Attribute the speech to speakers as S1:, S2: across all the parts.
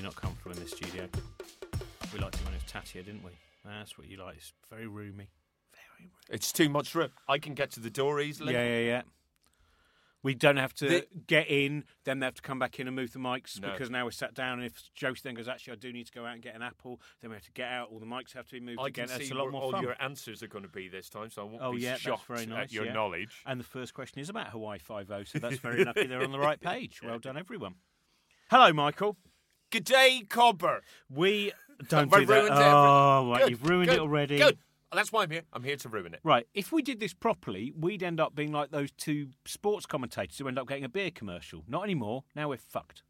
S1: the studio. We liked it when it was tattier, didn't we? That's what you like. It's very roomy. Very roomy.
S2: It's too much room. I can get to the door easily.
S1: Yeah, yeah, yeah. We don't have to
S2: The-
S1: get in, then they have to come back in and move the mics
S2: No.
S1: because now we're sat down. And if Josie then goes, actually, I do need to go out and get an apple, then we have to get out. All the mics have to be moved
S2: I
S1: again.
S2: can see
S1: it's a lot
S2: where
S1: more
S2: all
S1: fun.
S2: your answers are going to be this time, so I won't
S1: Oh,
S2: be
S1: yeah, that's
S2: shocked
S1: very nice,
S2: at your
S1: yeah.
S2: knowledge.
S1: And the first question is about Hawaii Five O, so that's very lucky they're on the right page. Well done, everyone. Hello, Michael.
S2: Good day, Cobber.
S1: We don't
S2: Have I
S1: do that.
S2: ruined it?
S1: Oh, right,
S2: Good,
S1: you've ruined
S2: good,
S1: it already.
S2: Good. Well, that's why I'm here. I'm here to ruin it.
S1: Right, if we did this properly, we'd end up being like those two sports commentators who end up getting a beer commercial. Not anymore. Now we're fucked.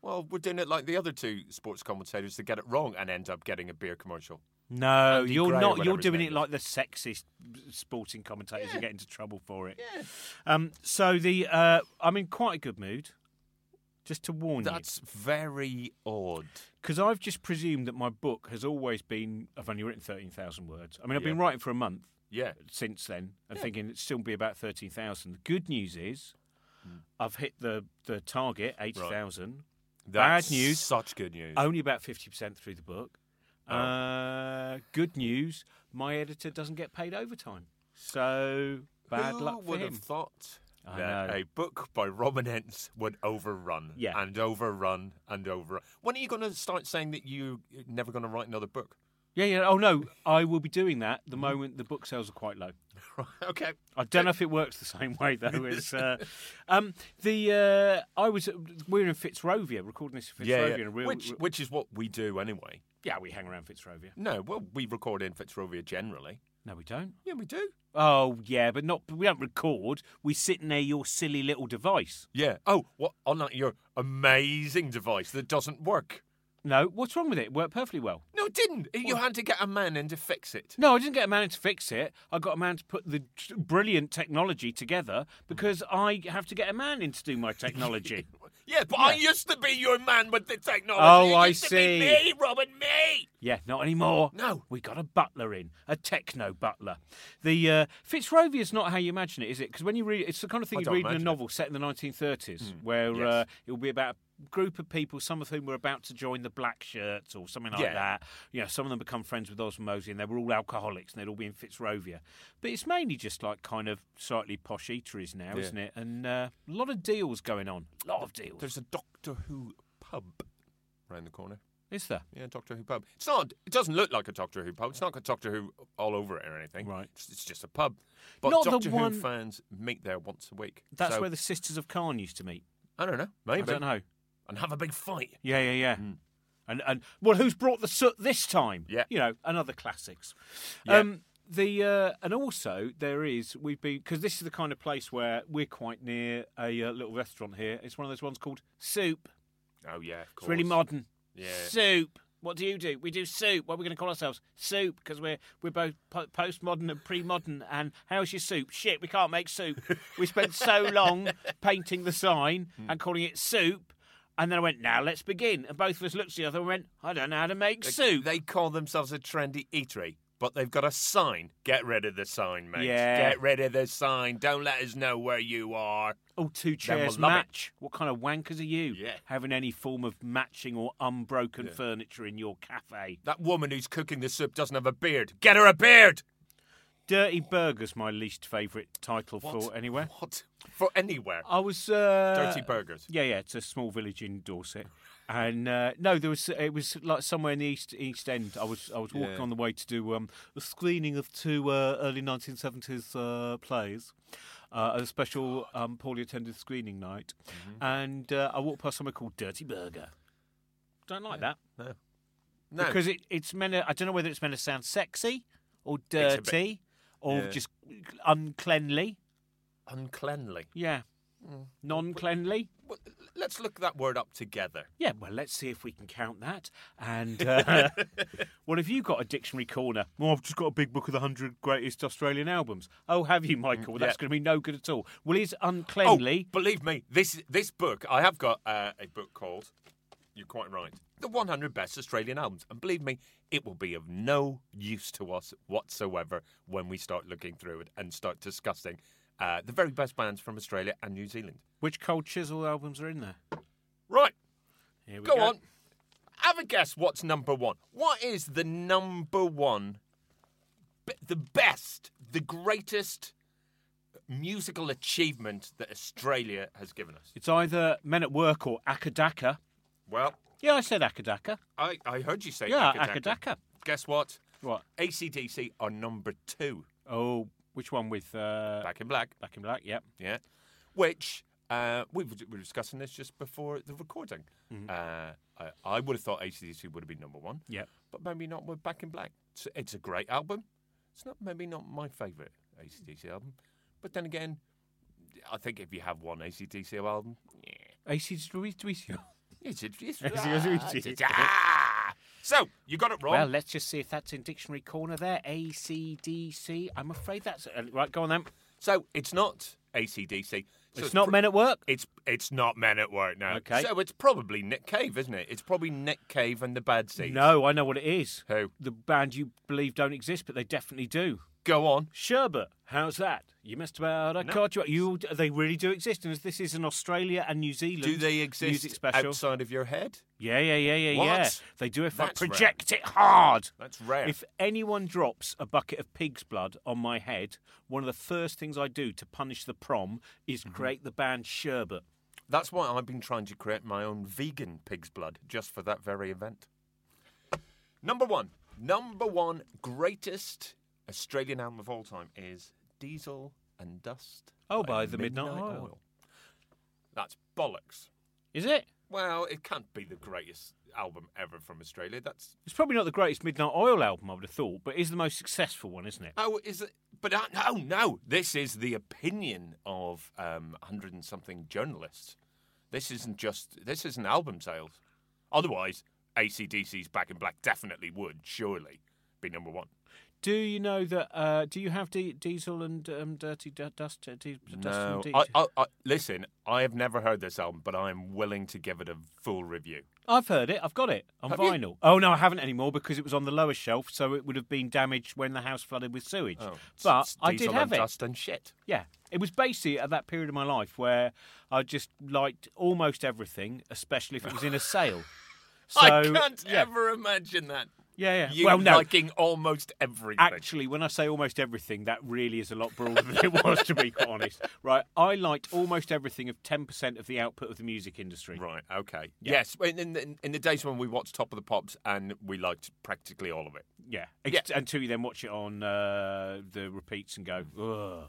S2: Well, we're doing it like the other two sports commentators that get it wrong and end up getting a beer commercial.
S1: No,
S2: Andy
S1: you're
S2: Gray or
S1: not. You're
S2: whatever his
S1: doing
S2: name
S1: it
S2: is.
S1: like the sexist sporting commentators who get into trouble for it. Yeah. Um, so the uh, I'm in quite a good mood. Just to warn you.
S2: That's very odd.
S1: because I've just presumed that my book has always been. I've only written thirteen thousand words. I mean, I've been
S2: Yeah.
S1: writing for a month
S2: Yeah.
S1: since then, and thinking it'd still be about thirteen thousand. The good news is, I've hit the the target eighty thousand.
S2: That's
S1: news.
S2: Such good news.
S1: Only about fifty percent through the book.
S2: Oh.
S1: Uh, good news, my editor doesn't get paid overtime. So bad
S2: Who
S1: luck for
S2: would
S1: him.
S2: have thought
S1: I
S2: that
S1: know.
S2: a book by Robin Ents would overrun
S1: Yeah.
S2: and overrun and overrun? When are you going to start saying that you're never going to write another book?
S1: yeah, yeah. Oh no, I will be doing that
S2: Mm-hmm.
S1: the moment the book sales are quite low.
S2: okay.
S1: I don't know if it works the same way though. As, uh, um, the uh, I was we were in Fitzrovia recording this in Fitzrovia.
S2: Yeah,
S1: In
S2: yeah.
S1: a real,
S2: which which is what we do anyway.
S1: yeah, we hang around Fitzrovia.
S2: No, well, we record in Fitzrovia generally.
S1: No, we don't.
S2: Yeah, we do.
S1: Oh yeah, but not. We don't record. We sit near your silly little device.
S2: Yeah. Oh, what on that your amazing device that doesn't work?
S1: No, what's wrong with it? It worked perfectly well.
S2: No, it didn't. You had to get a man in to fix it.
S1: No, I didn't get a man to fix it. I got a man to put the t- brilliant technology together because I have to get a man in to do my technology.
S2: Yeah, but I used to be your man with the technology.
S1: Oh,
S2: It
S1: I
S2: used to be
S1: see.
S2: me, Robin, me.
S1: Yeah, not anymore.
S2: No.
S1: We got a butler in, a techno butler. The uh, Fitzrovia's not how you imagine it, is it? Because when you read, it's the kind of thing
S2: I
S1: you
S2: don't
S1: read in a
S2: imagine it. Hmm,
S1: novel set in the 1930s, where
S2: yes.
S1: uh, it will be about a group of people, some of whom were about to join the Black Shirts or something like
S2: Yeah.
S1: that. You know, some of them become friends with Osmond Mosley, and they were all alcoholics, and they'd all be in Fitzrovia. But it's mainly just like kind of slightly posh eateries now, isn't it? And uh, a lot of deals going on. A lot of deals.
S2: There's a Doctor Who pub round the corner.
S1: Is there?
S2: Yeah, Doctor Who pub. It's not. It doesn't look like a Doctor Who pub. It's not got Doctor Who all over it or anything.
S1: Right.
S2: It's, it's just a pub. But
S1: Not the
S2: Doctor
S1: one-
S2: Who fans meet there once a week.
S1: That's
S2: So,
S1: where the Sisters of Khan used to meet.
S2: I don't know. Maybe.
S1: I don't know.
S2: And have a big fight.
S1: Yeah, yeah, yeah. And and well, who's brought the soot this time?
S2: Hmm. Yeah.
S1: you know, and other classics.
S2: Yeah.
S1: Um, the uh, and also there is we've been because this is the kind of place where we're quite near a uh, little restaurant here. It's one of those ones called Soup.
S2: Oh yeah. Of
S1: It's really
S2: course.
S1: modern.
S2: Yeah.
S1: Soup. What do you do? We do soup. What are we going to call ourselves? Soup, because we're we're both po- postmodern and pre-modern. And how's your soup? Shit, we can't make soup. we spent so long painting the sign
S2: Hmm.
S1: and calling it soup, and then I went, now let's begin. And both of us looked at the other and went, I don't know how to make
S2: They-
S1: soup.
S2: They call themselves a trendy eatery, but they've got a sign. Get rid of the sign, mate.
S1: Yeah.
S2: Get rid of the sign. Don't let us know where you are.
S1: oh, two chairs
S2: we'll love it.
S1: match. What kind of wankers are you?
S2: Yeah.
S1: Having any form of matching or unbroken furniture in your cafe?
S2: That woman who's cooking the soup doesn't have a beard. Get her a beard.
S1: Dirty Burger's my least favourite title for anywhere.
S2: What? For anywhere.
S1: I was uh,
S2: Dirty burgers.
S1: Yeah, yeah, it's a small village in Dorset, and uh, no, there was it was like somewhere in the east East End. I was I was walking on the way to do um, a screening of two uh, early nineteen seventies uh, plays. Uh, a special um, poorly attended screening night,
S2: Mm-hmm.
S1: and uh, I walked past somewhere called Dirty Burger. Don't like that
S2: No.
S1: because it, it's meant. To, I don't know whether it's meant to sound sexy or
S2: It's a bit-
S1: dirty or
S2: yeah.
S1: just uncleanly.
S2: uncleanly.
S1: Yeah,
S2: Mm.
S1: non cleanly.
S2: Well, let's look that word up together.
S1: Yeah, well, let's see if we can count that. And uh, what have you got? A dictionary corner? Well, I've just got a big book of the hundred greatest Australian albums. Oh, have you, Michael? Well, that's
S2: yeah.
S1: going to be no good at all. Well, is uncleanly?
S2: Oh, believe me, this this book I have got uh, a book called. You're quite right. The 100 Best Australian Albums, and believe me, it will be of no use to us whatsoever when we start looking through it and start discussing uh, the very best bands from Australia and New Zealand.
S1: Which Cold Chisel albums are in there?
S2: Right,
S1: Here we
S2: go on. have a guess what's number one. What is the number one, b- the best, the greatest musical achievement that Australia has given us?
S1: It's either Men at Work or Akadaka.
S2: Well,
S1: Yeah, I said Akadaka.
S2: I, I heard you say
S1: Yeah,
S2: Akadaka.
S1: Akadaka.
S2: Guess what?
S1: What?
S2: ACDC are number two.
S1: Oh, which one with uh,
S2: Back in Black.
S1: Back in Black? Yep.
S2: Yeah. Which uh, we were we were discussing this just before the recording.
S1: Mm-hmm.
S2: Uh, I, I would have thought ACDC would have been number one.
S1: Yep.
S2: But maybe not with Back in Black. It's, it's a great album. It's not maybe not my favourite ACDC album. But then again, I think if you have one ACDC album, yeah.
S1: AC's Doritos.
S2: It's, it's,
S1: ACDC.
S2: Ah! So, you got it wrong.
S1: Well, let's just see if that's in dictionary corner there. ACDC. I'm afraid that's uh, right. Go on then.
S2: so, it's not ACDC. So
S1: It's, not Men at Work.
S2: It's it's not Men at Work now.
S1: Okay.
S2: So it's probably Nick Cave, isn't it? It's probably Nick Cave and the Bad Seeds.
S1: No, I know what it is.
S2: Who?
S1: The band you believe don't exist, but they definitely do.
S2: Go on.
S1: Sherbet. How's that? You missed about a
S2: No.
S1: card. You- You, they really do exist, and this is an Australia and New Zealand.
S2: Do they exist
S1: music special?
S2: outside of your head?
S1: Yeah, yeah, yeah, yeah, yeah.
S2: What?
S1: They do if
S2: That's
S1: I
S2: rare.
S1: project it hard.
S2: That's rare.
S1: If anyone drops a bucket of pig's blood on my head, one of the first things I do to punish the prom is
S2: Mm-hmm.
S1: create the band Sherbet.
S2: That's why I've been trying to create my own vegan pig's blood just for that very event. Number one, number one greatest Australian album of all time is Diesel and Dust.
S1: Oh, by the Midnight Oil.
S2: That's bollocks.
S1: Is it?
S2: Well, it can't be the greatest album ever from Australia. That's
S1: It's probably not the greatest Midnight Oil album, I would have thought, but it is the most successful one, isn't it?
S2: Oh, is it? But I, no, no. This is the opinion of um, hundred and something journalists. This isn't just. This isn't album sales. Otherwise, ACDC's Back in Black definitely would surely be number one.
S1: Do you know that? Uh, do you have D- Diesel and um, Dirty D- Dust? Uh, D- Dust and D-
S2: I, I, I, listen. I have never heard this album, but I am willing to give it a full review.
S1: I've heard it. I've got it on
S2: Have you?
S1: vinyl. Oh no, I haven't anymore because it was on the lower shelf, so it would have been damaged when the house flooded with sewage. but
S2: Oh, It's
S1: I
S2: Diesel
S1: did have
S2: and
S1: it.
S2: Dust and shit.
S1: Yeah, it was basically at that period of my life where I just liked almost everything, especially if it was in a sale. So,
S2: I can't
S1: yeah,
S2: ever imagine that.
S1: Yeah, yeah.
S2: You
S1: well, no,
S2: liking almost everything.
S1: Actually, when I say almost everything, that really is a lot broader than it was, to be quite honest. Right, I liked almost everything of 10% of the output of the music industry.
S2: Right. Okay. Yes. In, in, in the days when we watched Top of the Pops, and we liked practically all of it.
S1: Yeah. Ex- Until you then watch it on uh, the repeats and go, ugh.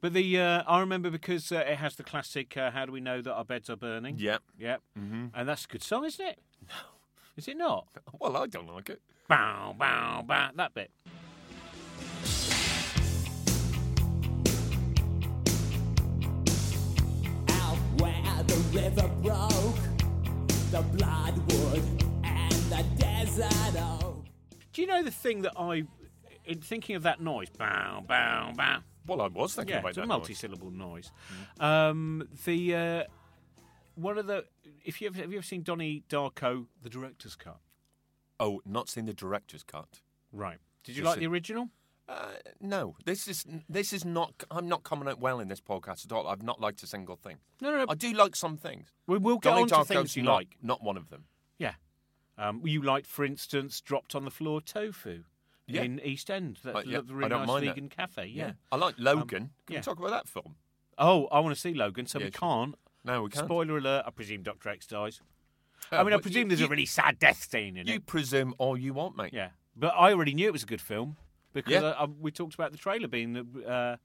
S1: But the uh, I remember because uh, it has the classic uh, "How do we know that our beds are burning?"
S2: Yeah.
S1: Yep. And that's a good song, isn't it? Mm-hmm. No. Is it not?
S2: Well, I don't like it.
S1: Bow, bow, bow. That bit.
S3: out where the river broke, the bloodwood and the desert oak.
S1: Do you know the thing that I, in thinking of that noise, bow, bow, bow.
S2: Well, I was thinking
S1: Yeah,
S2: about
S1: it's a
S2: that. noise.
S1: multi-syllable noise. Um, the uh, one of the if you ever, have you ever seen Donnie Darko, the director's cut?
S2: Oh, not seen the director's cut.
S1: Right. Did you
S2: Yes,
S1: like
S2: it-
S1: the original?
S2: Uh, no, this is this is not. I'm not coming out well in this podcast at all. I've not liked a single thing.
S1: No, no, no.
S2: I do like some things.
S1: we will get
S2: Donnie
S1: on to
S2: Darko's
S1: things you
S2: not,
S1: like.
S2: Not one of them.
S1: Yeah. Um, you liked, for instance, dropped on the floor tofu
S2: Yeah.
S1: in East End. That
S2: Uh, yeah,
S1: that really
S2: I don't
S1: nice
S2: mind that.
S1: vegan cafe. Yeah.
S2: I like Logan. Can
S1: yeah.
S2: we talk about that film?
S1: Oh, I want to see Logan, so
S2: Yeah,
S1: we
S2: sure.
S1: can't.
S2: No, we can't.
S1: Spoiler alert! I presume Doctor X dies.
S2: Uh,
S1: I mean, I
S2: well,
S1: presume
S2: you-
S1: there's
S2: you,
S1: a really sad death scene in
S2: You
S1: it.
S2: presume all you want, mate.
S1: Yeah, but I already knew it was a good film because
S2: Yeah.
S1: I, I, we talked about the trailer being, the, uh,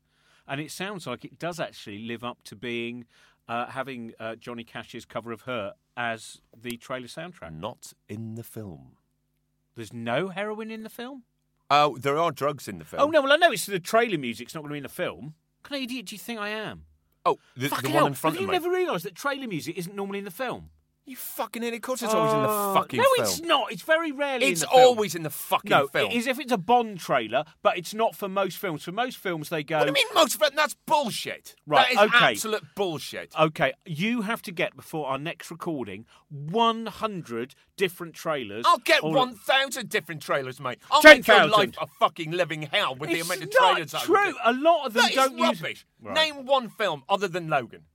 S1: and it sounds like it does actually live up to being uh, having uh, Johnny Cash's cover of Hurt as the trailer soundtrack.
S2: Not in the film.
S1: There's no heroin in the film.
S2: Oh, there are drugs in the film.
S1: Oh no, well I know it's the trailer music's not going to be in the film. What kind of idiot do you think I am?
S2: Oh, the, the
S1: Fucking
S2: one
S1: hell,
S2: in front
S1: have
S2: of
S1: you
S2: me.
S1: never realised that trailer music isn't normally in the film?
S2: You fucking idiot. Of course it's always in the
S1: Oh,
S2: fucking
S1: no,
S2: film.
S1: it's not. It's very rarely. in
S2: It's
S1: the film.
S2: always in the fucking
S1: no.
S2: film.
S1: It is if it's a Bond trailer, but it's not for most films. For most films, they go.
S2: What do you mean most of it? That's bullshit.
S1: Right,
S2: That is
S1: okay. Uh,
S2: absolute bullshit.
S1: Okay, you have to get before our next recording 100 different trailers.
S2: I'll get
S1: all-
S2: 1,000 different trailers, mate. I'll make your
S1: 10,000.
S2: life a fucking living hell with the
S1: It's
S2: amount of
S1: not
S2: trailers that I would
S1: true.
S2: get.
S1: A lot of them
S2: That is
S1: don't use-
S2: rubbish.
S1: Right.
S2: Name one film other than Logan.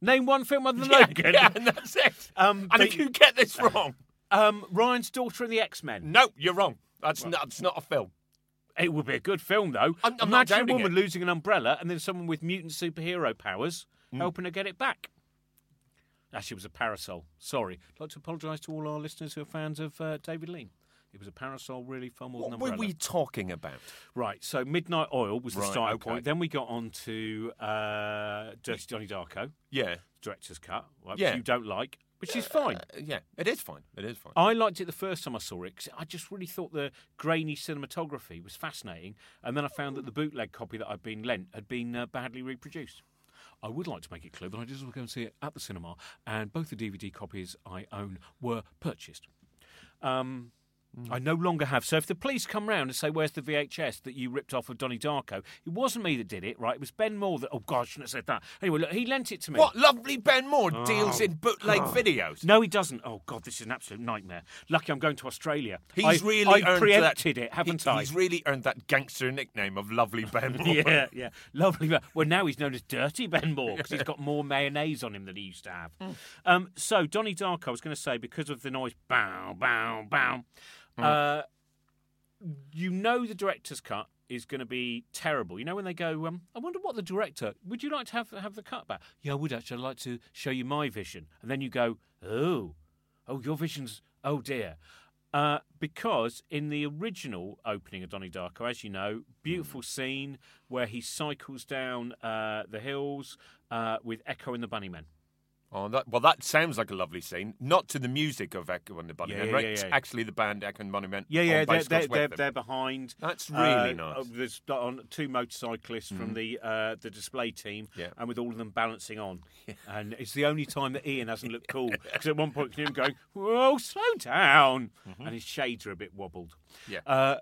S1: Name one film other than
S2: Yeah,
S1: Logan.
S2: Yeah, and that's it.
S1: Um,
S2: and
S1: but-
S2: if you get this wrong,
S1: Um, Ryan's daughter and the X Men.
S2: No, you're wrong. That's, not, that's not a film.
S1: It would be a good film though.
S2: I'm- I'm not
S1: Imagine a
S2: doubting
S1: woman
S2: it.
S1: losing an umbrella and then someone with mutant superhero powers
S2: Mm.
S1: helping her get it back. Actually, it was a parasol. Sorry. I'd like to apologise to all our listeners who are fans of uh, David Lean. It was a parasol, really, far more than
S2: What
S1: an
S2: were
S1: umbrella.
S2: we talking about?
S1: Right, so Midnight Oil was the
S2: Right,
S1: starting
S2: okay.
S1: point. Then we got on to uh, Dirty Johnny Darko,
S2: Yeah.
S1: director's cut, right,
S2: Yeah.
S1: which you don't like, which is fine.
S2: Uh, yeah, it is fine. It is fine.
S1: I liked it the first time I saw it because I just really thought the grainy cinematography was fascinating. And then I found that the bootleg copy that I'd been lent had been uh, badly reproduced. I would like to make it clear that I just want to go and see it at the cinema, and both the DVD copies I own were purchased. Um, I no longer have. So if the police come round and say, "Where's the VHS that you ripped off of Donnie Darko?" It wasn't me that did it, right? It was Ben Moore that. Oh God, I shouldn't have said that. Anyway, look, he lent it to me.
S2: What lovely Ben Moore deals in bootleg videos.
S1: Oh, No, he doesn't. Oh God, this is an absolute nightmare. Lucky I'm going to Australia.
S2: He's
S1: I,
S2: really
S1: I
S2: earned
S1: preempted
S2: that,
S1: it, haven't
S2: he-
S1: I?
S2: He's really earned that gangster nickname of Lovely Ben Moore.
S1: yeah, yeah, lovely. man. Well, now he's known as Dirty Ben Moore because he's got more mayonnaise on him than he used to have.
S2: Mm.
S1: Um, so Donnie Darko, I was going to say because of the noise, bow, bow, bow.
S2: Mm.
S1: Uh, you know the director's cut is going to be terrible. You know when they go, um, I wonder what the director. Would you like to have have the cut back? Yeah, I would actually. I'd like to show you my vision, and then you go, oh, oh, your vision's oh dear. Uh, because in the original opening of Donnie Darko, as you know, beautiful scene where he cycles down uh, the hills uh, with Echo and the Bunnymen.
S2: Oh, that, well, that sounds like a lovely scene. Not to the music of Echo and the Bunnymen,
S1: Yeah, yeah,
S2: right?
S1: yeah,
S2: It's
S1: yeah.
S2: actually the band Echo and the Bunnymen.
S1: Yeah,
S2: on
S1: yeah,
S2: by
S1: they're,
S2: Scott
S1: they're, they're,
S2: Whitman.
S1: they're behind.
S2: That's really
S1: Uh,
S2: nice. Mm.
S1: uh, There's on two motorcyclists from the uh, the display team,
S2: Yeah.
S1: and with all of them balancing on. And it's the only time that Ian hasn't looked cool because at one point him going, "Whoa, slow down," and his shades are a bit wobbled.
S2: Mm-hmm. Yeah.
S1: Uh,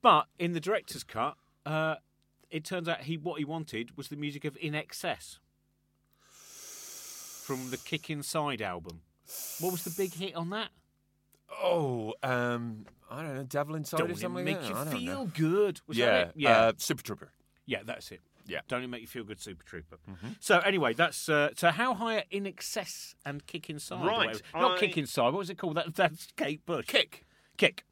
S1: but in the director's cut, uh, it turns out he what he wanted was the music of In Excess from the Kick Inside album. What was the big hit on that?
S2: oh, um, I don't know, Devil Inside
S1: Don't
S2: or
S1: it
S2: something.
S1: make
S2: yeah,
S1: you
S2: I don't
S1: feel
S2: know.
S1: good? Was
S2: yeah,
S1: that it? Yeah,
S2: Uh, Super Trooper.
S1: yeah, that's it.
S2: Yeah. Mm-hmm.
S1: Don't it make you feel good, Super Trooper? So anyway, that's uh, so. How high are in excess and kick inside? or
S2: Right,
S1: whatever? not
S2: I-
S1: kick inside. What was it called? That, that's Kate Bush.
S2: Kick.
S1: kick.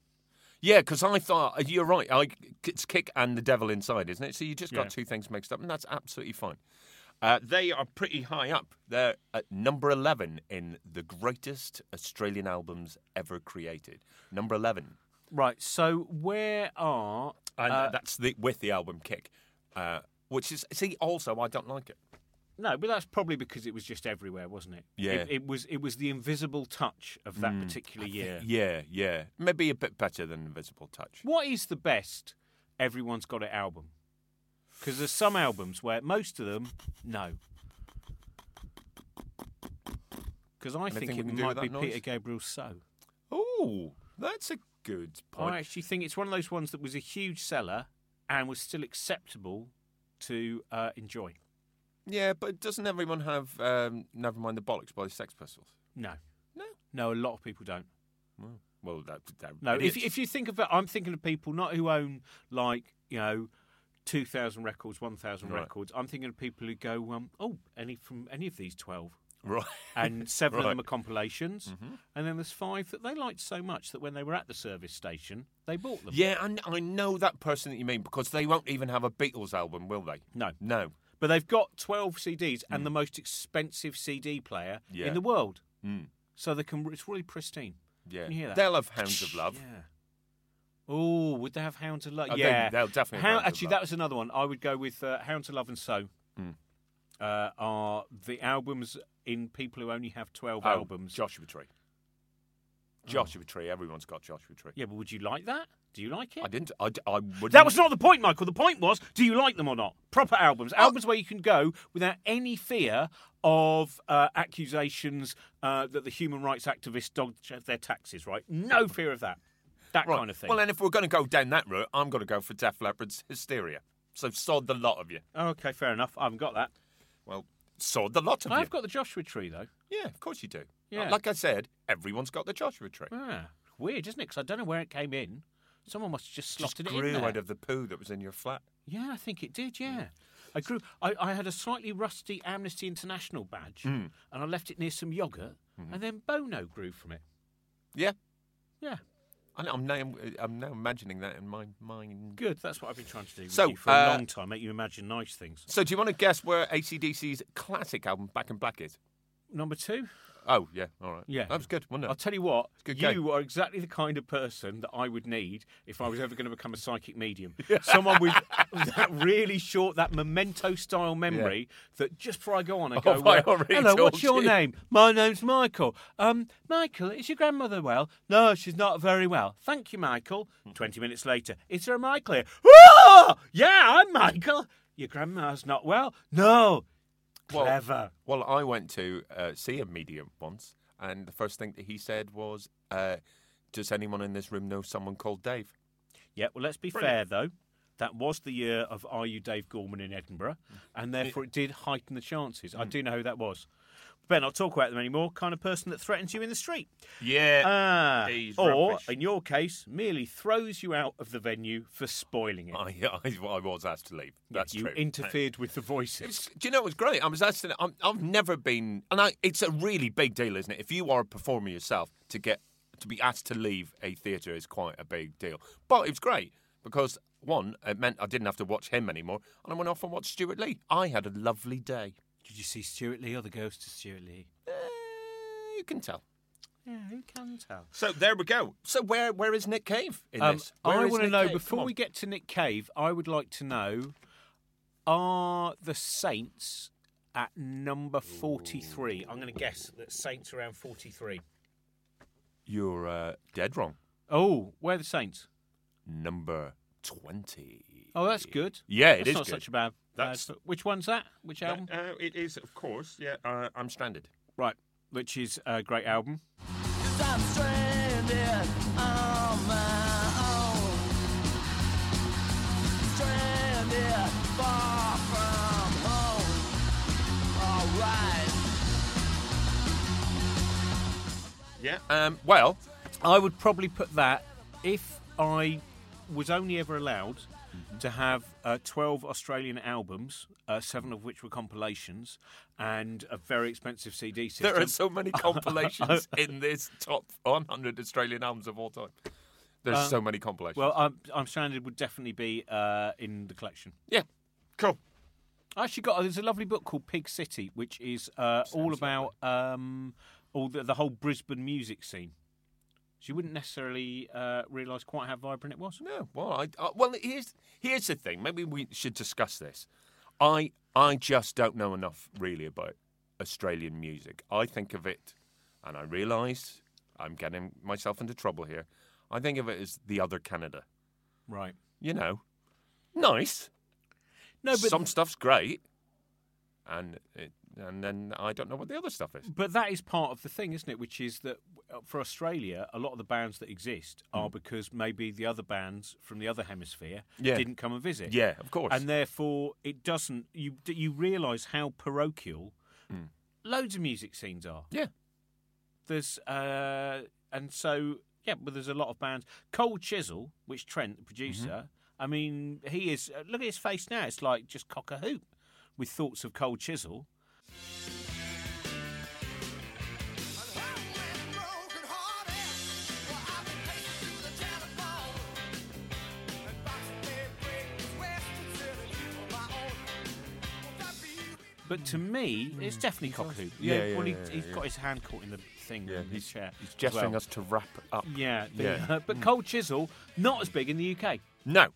S2: Yeah, because I thought uh, you're right. I, it's Kick and the Devil Inside, isn't it? So you just got
S1: Yeah.
S2: two things mixed up, and that's absolutely fine. Uh, they are pretty high up. They're at number eleven in the greatest Australian albums ever created. Number eleven,
S1: Right. So where are?
S2: and
S1: uh,
S2: that's the, with the album Kick, uh, which is see. Also, I don't like it.
S1: no, but that's probably because it was just everywhere, wasn't it?
S2: Yeah. Mm,
S1: It, it was. It was the invisible touch of that particular year.
S2: Yeah, yeah, maybe a bit better than Invisible Touch.
S1: What is the best Everyone's Got It album? Because there's some albums where most of them, no. Because I think,
S2: Anything we
S1: it
S2: can do
S1: might
S2: with
S1: be
S2: that
S1: Peter
S2: noise?
S1: Gabriel's So.
S2: Oh, that's a good
S1: I
S2: point.
S1: actually think it's one of those ones that was a huge seller and was still acceptable to uh, enjoy.
S2: Yeah, but doesn't everyone have um, "Never Mind the Bollocks" by the Sex Pistols?
S1: No.
S2: No.
S1: No, a lot of people don't.
S2: Well, that, that
S1: No,
S2: it
S1: if,
S2: is.
S1: if you think of it, I'm thinking of people not who own like you know, two thousand records, one thousand
S2: Right.
S1: records. I'm thinking of people who go, um, oh, any from any of these twelve,
S2: right,
S1: and seven of
S2: Right. Mm-hmm.
S1: them are compilations, and then there's five that they liked so much that when they were at the service station, they bought them.
S2: yeah, and I know that person that you mean because they won't even have a Beatles album, will they?
S1: No,
S2: No.
S1: but they've got twelve CDs and the most expensive CD player
S2: Mm. Yeah.
S1: in the world,
S2: Mm.
S1: so they can. It's really pristine.
S2: Yeah,
S1: Can you hear that?
S2: they'll have "Hounds of Love."
S1: Yeah. Oh, would they have Hounds of Love?
S2: Oh, they-
S1: yeah,
S2: they'll definitely have
S1: Hound-
S2: Hounds of
S1: actually,
S2: Love.
S1: that was another one. I would go with uh, Hounds of Love and So.
S2: Mm.
S1: Uh, are the albums in people who only have twelve
S2: Oh,
S1: albums? Oh.
S2: Joshua Tree. Joshua Tree. Everyone's got Joshua Tree.
S1: Yeah, but would you like that? Do you like it?
S2: I didn't. I, d- I wouldn't.
S1: That was not the point, Michael. The point was, do you like them or not? Proper albums, albums where you can go without any fear of uh, accusations uh, that the human rights activists dodge their taxes. Right? No fear of that. That
S2: right.
S1: kind of thing.
S2: Well, and if we're going to go down that route, I'm going to go for Def Leppard's "Hysteria." So sod the lot of you.
S1: oh, okay, fair enough. I haven't got that.
S2: Well, sod the lot of you.
S1: I've got the Joshua Tree though.
S2: Yeah, of course you do.
S1: Yeah.
S2: Like I said, everyone's got the Joshua Tree.
S1: Ah, weird, isn't it? Because I don't know where it came in. Someone must have just
S2: Just
S1: slotted it
S2: grew
S1: in
S2: Mm.
S1: there.
S2: out of the poo that was in your flat.
S1: Yeah, I think it did. Yeah, I grew. I, I had a slightly rusty Amnesty
S2: Mm. Mm-hmm.
S1: International badge, and I left it near some yogurt, and then Bono grew from it.
S2: Yeah,
S1: Yeah,
S2: I know, I'm now I'm now imagining that in my mind.
S1: good. That's what I've been trying to do
S2: So,
S1: with you for
S2: uh,
S1: a long time. Make you imagine nice things.
S2: So do you want to guess where ACDC's classic album Back in Black is?
S1: Number two.
S2: Oh yeah, all right.
S1: Yeah.
S2: that was good, wasn't it?
S1: I'll tell you what,
S2: good
S1: you
S2: game.
S1: are exactly the kind of person that I would need if I was ever going to become a psychic medium. Someone with that really short, that memento style memory that just before I go on, I go,
S2: have Oh, I
S1: well,
S2: already
S1: Hello, what's
S2: told
S1: your
S2: you?"
S1: name? My name's Michael. Um, Michael, is your grandmother well? No, she's not very well. Thank you, Michael.
S2: Hmm.
S1: 20 minutes later, is there a Michael here? "Whoa! Yeah, I'm Michael. Your grandma's not well? No.
S2: Well,
S1: Clever.
S2: Well, I went to uh, see a medium once, and the first thing that he said was, uh, "Does anyone in this room know someone called Dave?"
S1: Yeah, well, let's be
S2: Brilliant.
S1: fair though. That was the year of Are You Dave Gorman in Edinburgh, and therefore it did heighten the chances. I do know who that was. Better not talk about them anymore. Kind of person that threatens you in the street.
S2: Yeah,
S1: Ah,
S2: he's
S1: or,
S2: rubbish.
S1: in your case, merely throws you out of the venue for spoiling it.
S2: I, I, I was asked to leave. That's
S1: you
S2: true.
S1: interfered with the
S2: It
S1: voices.
S2: was- do you know it was great? I was asked. to- I'm, I've never been, and I, it's a really big deal, isn't it? If you are a performer yourself, to get to be asked to leave a theatre is quite a big deal. But it was great because one, it meant I didn't have to watch him anymore, and I went off and watched Stuart Lee. I had a lovely day.
S1: Did you see Stuart Lee or the ghost of Stuart Lee?
S2: Eh, you can tell.
S1: Yeah, who can tell?
S2: So there we go. So where where is Nick Cave in
S1: Um,
S2: this? Where
S1: I
S2: is
S1: want to
S2: Nick
S1: know
S2: Cave? Come
S1: before
S2: on.
S1: we get to Nick Cave. I would like to know: Are the Saints at number forty-three? I'm going to guess that Saints are around forty-three.
S2: You're uh, dead wrong.
S1: Oh, where are the Saints?
S2: Number twenty.
S1: Oh, that's good.
S2: Yeah, it
S1: that's
S2: is
S1: not
S2: good.
S1: such a bad.
S2: That's-
S1: bad- which one's that? Which album?
S2: Uh, it is, of course. Yeah, uh, I'm stranded.
S1: Right, which is a great album.
S3: I'm stranded on my own. Stranded far from home. Alright.
S2: Yeah. Um. Well,
S1: I would probably put that if I was only ever allowed
S2: Mm-hmm.
S1: to have uh, 12 Australian albums, uh, seven of which were compilations, and a very expensive CD system.
S2: there are so many compilations in this top 100 Australian albums of all time. There's so many compilations.
S1: Uh, well, I'm, I'm Stranded would definitely be uh, in the collection.
S2: yeah. Cool.
S1: I actually got there's a lovely book called Pig City, which is uh, all about um, all the, the whole Brisbane music scene. So you wouldn't necessarily uh, realise quite how vibrant it was.
S2: No. Well, I, uh, well, here's here's the thing. Maybe we should discuss this. I I just don't know enough really about Australian music. I think of it, and I realise I'm getting myself into trouble here. I think of it as the other Canada.
S1: Right.
S2: You know, nice.
S1: No, but
S2: some stuff's great, and it, and then I don't know what the other stuff is.
S1: But that is part of the thing, isn't it? Which is that uh, for Australia, a lot of the bands that exist
S2: Mm.
S1: are because maybe the other bands from the other hemisphere
S2: Yeah.
S1: didn't come and visit.
S2: Yeah, of course.
S1: And therefore, it doesn't. You d- you realise how parochial loads of music scenes are.
S2: Mm. yeah,
S1: There's uh, and so yeah, but there's a lot of bands. Cold Chisel, which Trent, the producer,
S2: Mm-hmm.
S1: I mean, he is. uh, Look at his face now; it's like just cock a hoop with thoughts of Cold Chisel. But to me, it's definitely cockhoop.
S2: Mm. Yeah, yeah,
S1: well, he,
S2: yeah,
S1: has
S2: yeah.
S1: got his hand caught in the thing in his
S2: He's,
S1: chair.
S2: he's
S1: as
S2: gesturing
S1: well.
S2: us to wrap up.
S1: Yeah, the-
S2: Yeah.
S1: but Cold Chisel not as big in the UK.
S2: No,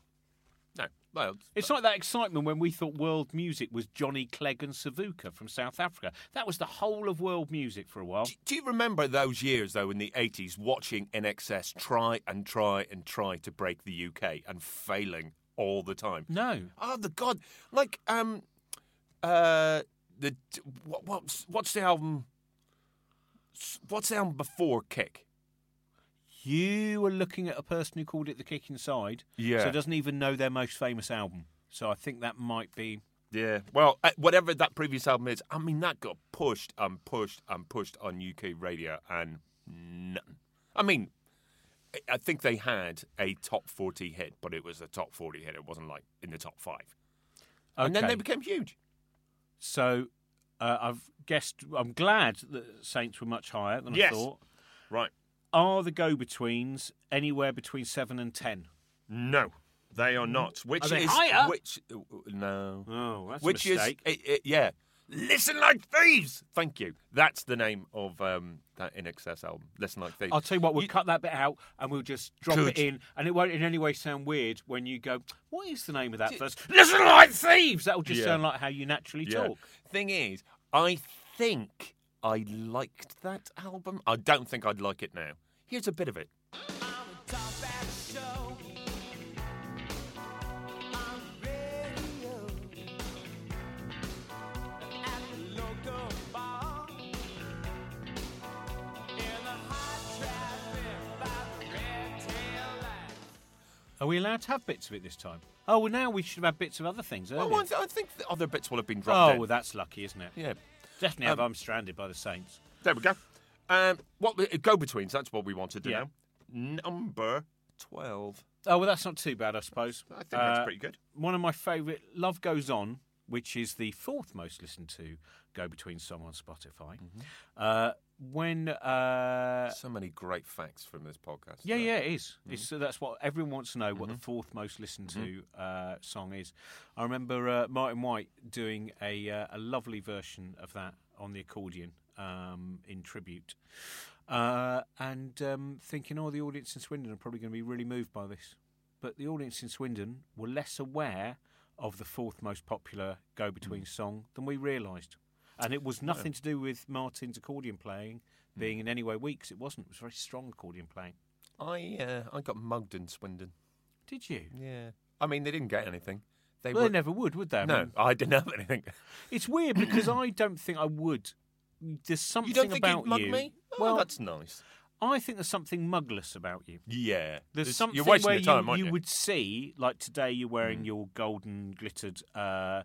S2: no. Well,
S1: It's like that excitement when we thought world music was Johnny Clegg and Savuka from South Africa. That was the whole of world music for a while.
S2: Do, do you remember those years though in the 80s watching NXS try and try and try to break the UK and failing all the time?
S1: No,
S2: Oh the god. Like um uh the what, what's what's the album what's the album before Kick?
S1: you were looking at a person who called it the Kick Inside,
S2: Yeah.
S1: so doesn't even know their most famous album. So I think that might be.
S2: Yeah. Well, uh, whatever that previous album is, I mean that got pushed and pushed and pushed on UK radio and nothing. I mean I- I think they had a top 40 hit, but it was a top 40 hit. It wasn't like in the top 5. And then
S1: Okay.
S2: they became huge.
S1: So uh, I've guessed. I'm glad that Saints were much higher than
S2: Yes.
S1: I thought.
S2: Right.
S1: Are the go betweens anywhere between seven and ten?
S2: No, they are not. Which
S1: they
S2: is
S1: higher?
S2: which? uh, No.
S1: Oh, that's
S2: which
S1: a
S2: is
S1: mistake.
S2: i- i- yeah. Listen like thieves. Thank you. That's the name of um, that In Excess album. Listen like thieves.
S1: I'll tell you what, we'll cut that bit out and we'll just drop it
S2: Good.
S1: in, and it won't in any way sound weird when you go, What is the name of that first?
S2: Listen like
S1: Thieves! That'll just
S2: Yeah.
S1: sound like how you naturally talk.
S2: Thing is, I think I liked that album. I don't think I'd like it now. Here's a bit of it.
S3: I'm a top at the show. I'm radio. At the local bar. In the hot traffic by the red tail lights.
S1: Are we allowed to have bits of it this time? Oh, well, now we should have had bits of other things.
S2: Well,
S1: earlier.
S2: I, I think the other bits will have been dropped.
S1: oh,
S2: in.
S1: well, that's lucky, isn't it?
S2: yeah.
S1: Definitely
S2: Um,
S1: have I'm Stranded by the Saints.
S2: There we go. Um, what go betweens? That's what we wanted to
S1: Yeah.
S2: know. Number twelve.
S1: Oh, well, that's not too bad, I suppose.
S2: I think that's
S1: Uh,
S2: pretty good.
S1: One of my favourite, Love Goes On, which is the fourth most listened to go between song on Spotify.
S2: Mm-hmm.
S1: Uh, when. Uh,
S2: So many great facts from this podcast.
S1: Yeah,
S2: Uh,
S1: yeah, it is. It's, so that's what everyone wants to know what the fourth most listened to uh, song is. I remember uh, Martin White doing a, uh, a lovely version of that on the accordion um, in tribute. Uh, and um, thinking, oh, the audience in Swindon are probably going to be really moved by this. But the audience in Swindon were less aware of the fourth most popular go between song than we realised. And it was nothing to do with Martin's accordion playing being in any way weak, 'cause it wasn't. It was very strong accordion playing.
S2: I uh, I got mugged in Swindon.
S1: Did you?
S2: Yeah. I mean, they didn't get anything. They
S1: Well,
S2: were
S1: they never would, would they? I
S2: no.
S1: mean,
S2: I didn't have anything.
S1: it's weird because I don't think I would. There's something
S2: You don't think
S1: about
S2: you'd mug
S1: you.
S2: me? Oh,
S1: well,
S2: that's nice.
S1: I think there's something mugless about you.
S2: Yeah.
S1: There's
S2: It's-
S1: something
S2: you're wasting
S1: where
S2: your time,
S1: you,
S2: aren't
S1: you
S2: you? Mm.
S1: would see, like today, you're wearing your golden glittered uh,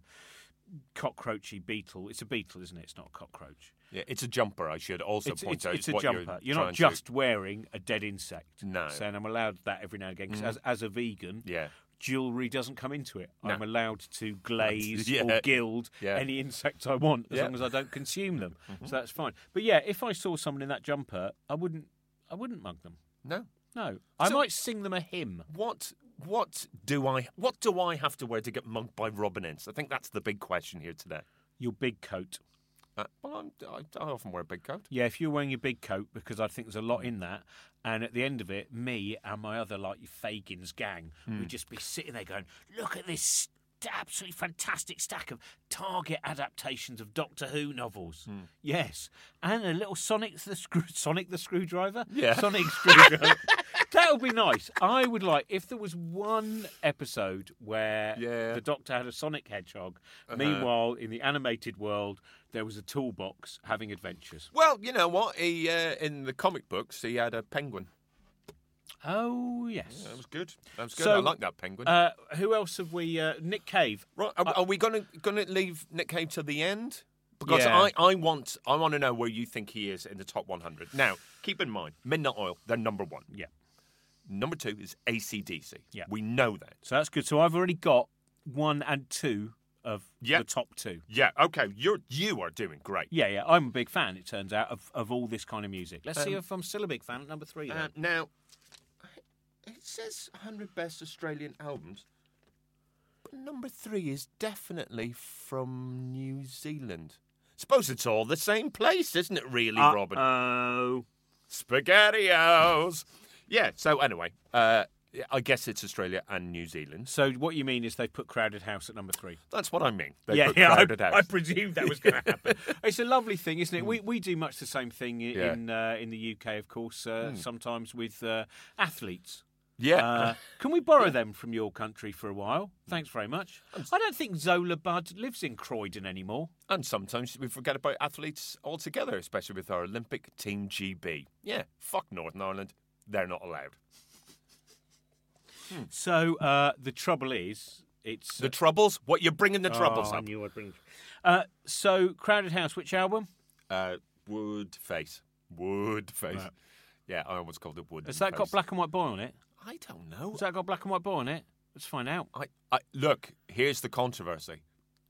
S1: cockroachy beetle. It's a beetle, isn't it? It's not a cockroach.
S2: Yeah, it's a jumper. I should also
S1: it's
S2: point
S1: it's,
S2: out.
S1: it's a
S2: what
S1: jumper. You're, not
S2: trying to-
S1: just wearing a dead insect.
S2: No. Mm.
S1: So, and I'm allowed that every now and again because as, as a vegan,
S2: Yeah.
S1: jewellery doesn't come into it.
S2: No.
S1: I'm allowed to glaze
S2: Yeah.
S1: or gild
S2: Yeah.
S1: any insect I want as
S2: Yeah. Mm-hmm.
S1: long as I don't consume them. So that's fine. But yeah, if I saw someone in that jumper, I wouldn't I wouldn't mug them.
S2: No.
S1: No. I
S2: So-
S1: might sing them a hymn.
S2: What what do I what do I have to wear to get mugged by Robin Ince? I think that's the big question here today.
S1: Your big coat.
S2: Uh, well, I'm, I, I often wear a big coat.
S1: Yeah, if you're wearing your big coat, because I think there's a lot in that, and at the end of it, me and my other, like Fagin's gang,
S2: Hmm.
S1: would just be sitting there going, look at this st- absolutely fantastic stack of Target adaptations of Doctor Who novels.
S2: Hmm.
S1: Yes. And a little Sonic the, screw- Sonic the Screwdriver?
S2: Yeah.
S1: Sonic Screwdriver. that would be nice. I would like, if there was one episode where
S2: Yeah. Uh-huh.
S1: the Doctor had a Sonic Hedgehog, meanwhile, in the animated world, there was a toolbox having adventures.
S2: Well, you know what? He uh, in the comic books he had a penguin.
S1: Oh yes.
S2: That was good. That was good.
S1: So,
S2: I like that penguin.
S1: Uh, who else have we? Uh, Nick Cave.
S2: Right, are, are we gonna gonna leave Nick Cave to the end? Because
S1: Yeah.
S2: I, I want I want to know where you think he is in the top 100. Now, keep in mind, Midnight Oil, they're number one.
S1: Yeah.
S2: Number two is ACDC.
S1: Yeah.
S2: We know that.
S1: So that's good. So I've already got one and two of
S2: Yeah.
S1: the top two.
S2: Yeah. Okay. You're you are doing great.
S1: Yeah, yeah. I'm a big fan. It turns out of, of all this kind of music. Let's see if I'm still a big fan at number three. Then.
S2: Um, Uh, now, it says 100 best Australian albums, but number three is definitely from New Zealand. Suppose it's all the same place, isn't it? Really,
S1: Uh,
S2: Robin?
S1: Oh,
S2: SpaghettiOs. yeah. So anyway, uh, I guess it's Australia and New Zealand.
S1: so what you mean is they put Crowded House at number three?
S2: That's what I mean. They
S1: yeah,
S2: put
S1: yeah.
S2: Crowded
S1: I,
S2: House. Hmm.
S1: I presumed that was going to happen. it's a lovely thing, isn't it? We we do much the same thing i-
S2: Yeah.
S1: in
S2: Hmm.
S1: uh, in the UK, of course. Uh, Sometimes with uh, athletes.
S2: yeah.
S1: Uh, can we borrow them from your country for a while? Thanks very much. I don't think Zola Bud lives in Croydon anymore.
S2: And sometimes we forget about athletes altogether, especially with our Olympic Team GB. Yeah, fuck Northern Ireland. They're not allowed.
S1: So uh, the trouble is, it's
S2: The Troubles? What, you're bringing the Troubles
S1: Oh, I
S2: up?
S1: knew I'd bring- Uh, so Crowded House, which album?
S2: Uh, wood face. Wood face.
S1: Right.
S2: Yeah, I almost called it wood.
S1: Has that got black and white boy on it?
S2: I don't know.
S1: Has that got black and white boy on it? Let's find out.
S2: I, I Look, here's the controversy.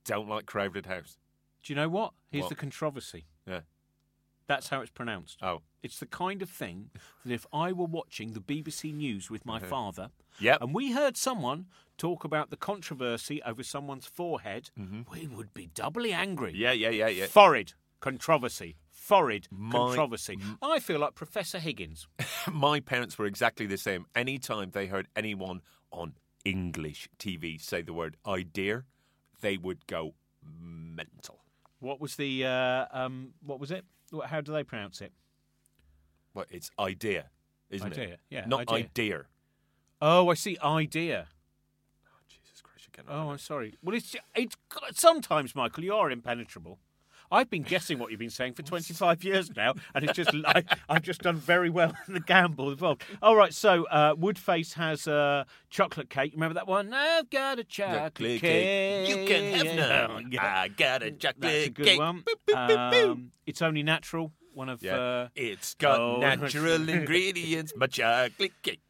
S2: Don't like Crowded House.
S1: Do you know what? Here's
S2: What?
S1: the controversy.
S2: Yeah.
S1: That's how it's pronounced.
S2: Oh.
S1: It's the kind of thing that if I were watching the BBC News with my father,
S2: Yep.
S1: and we heard someone talk about the controversy over someone's forehead, we would be doubly angry.
S2: Yeah, yeah, yeah, yeah.
S1: Forehead controversy. Forehead
S2: My-
S1: controversy. I feel like Professor Higgins.
S2: My parents were exactly the same. Anytime they heard anyone on English TV say the word idea, they would go mental.
S1: What was the uh, um, what was it? What- How do they pronounce it?
S2: Well, it's idea, isn't
S1: Idea,
S2: it?
S1: yeah,
S2: Not
S1: idea.
S2: idea.
S1: Oh, I see. Idea.
S2: Jesus Christ, you can't.
S1: Oh, I'm sorry. Well, it's it's sometimes, Michael, you are impenetrable. I've been guessing what you've been saying for 25 years now, and it's just I, I've just done very well in the gamble involved. All right, so uh, Woodface has uh, chocolate cake. Remember that one? I've got a chocolate cake.
S2: Chocolate cake. You can have none.
S1: Yeah.
S2: I got a chocolate
S1: That's a good
S2: cake.
S1: one. Um, it's only natural. One of
S2: Yeah.
S1: uh,
S2: it's got
S1: oh.
S2: natural ingredients, my chocolate cake.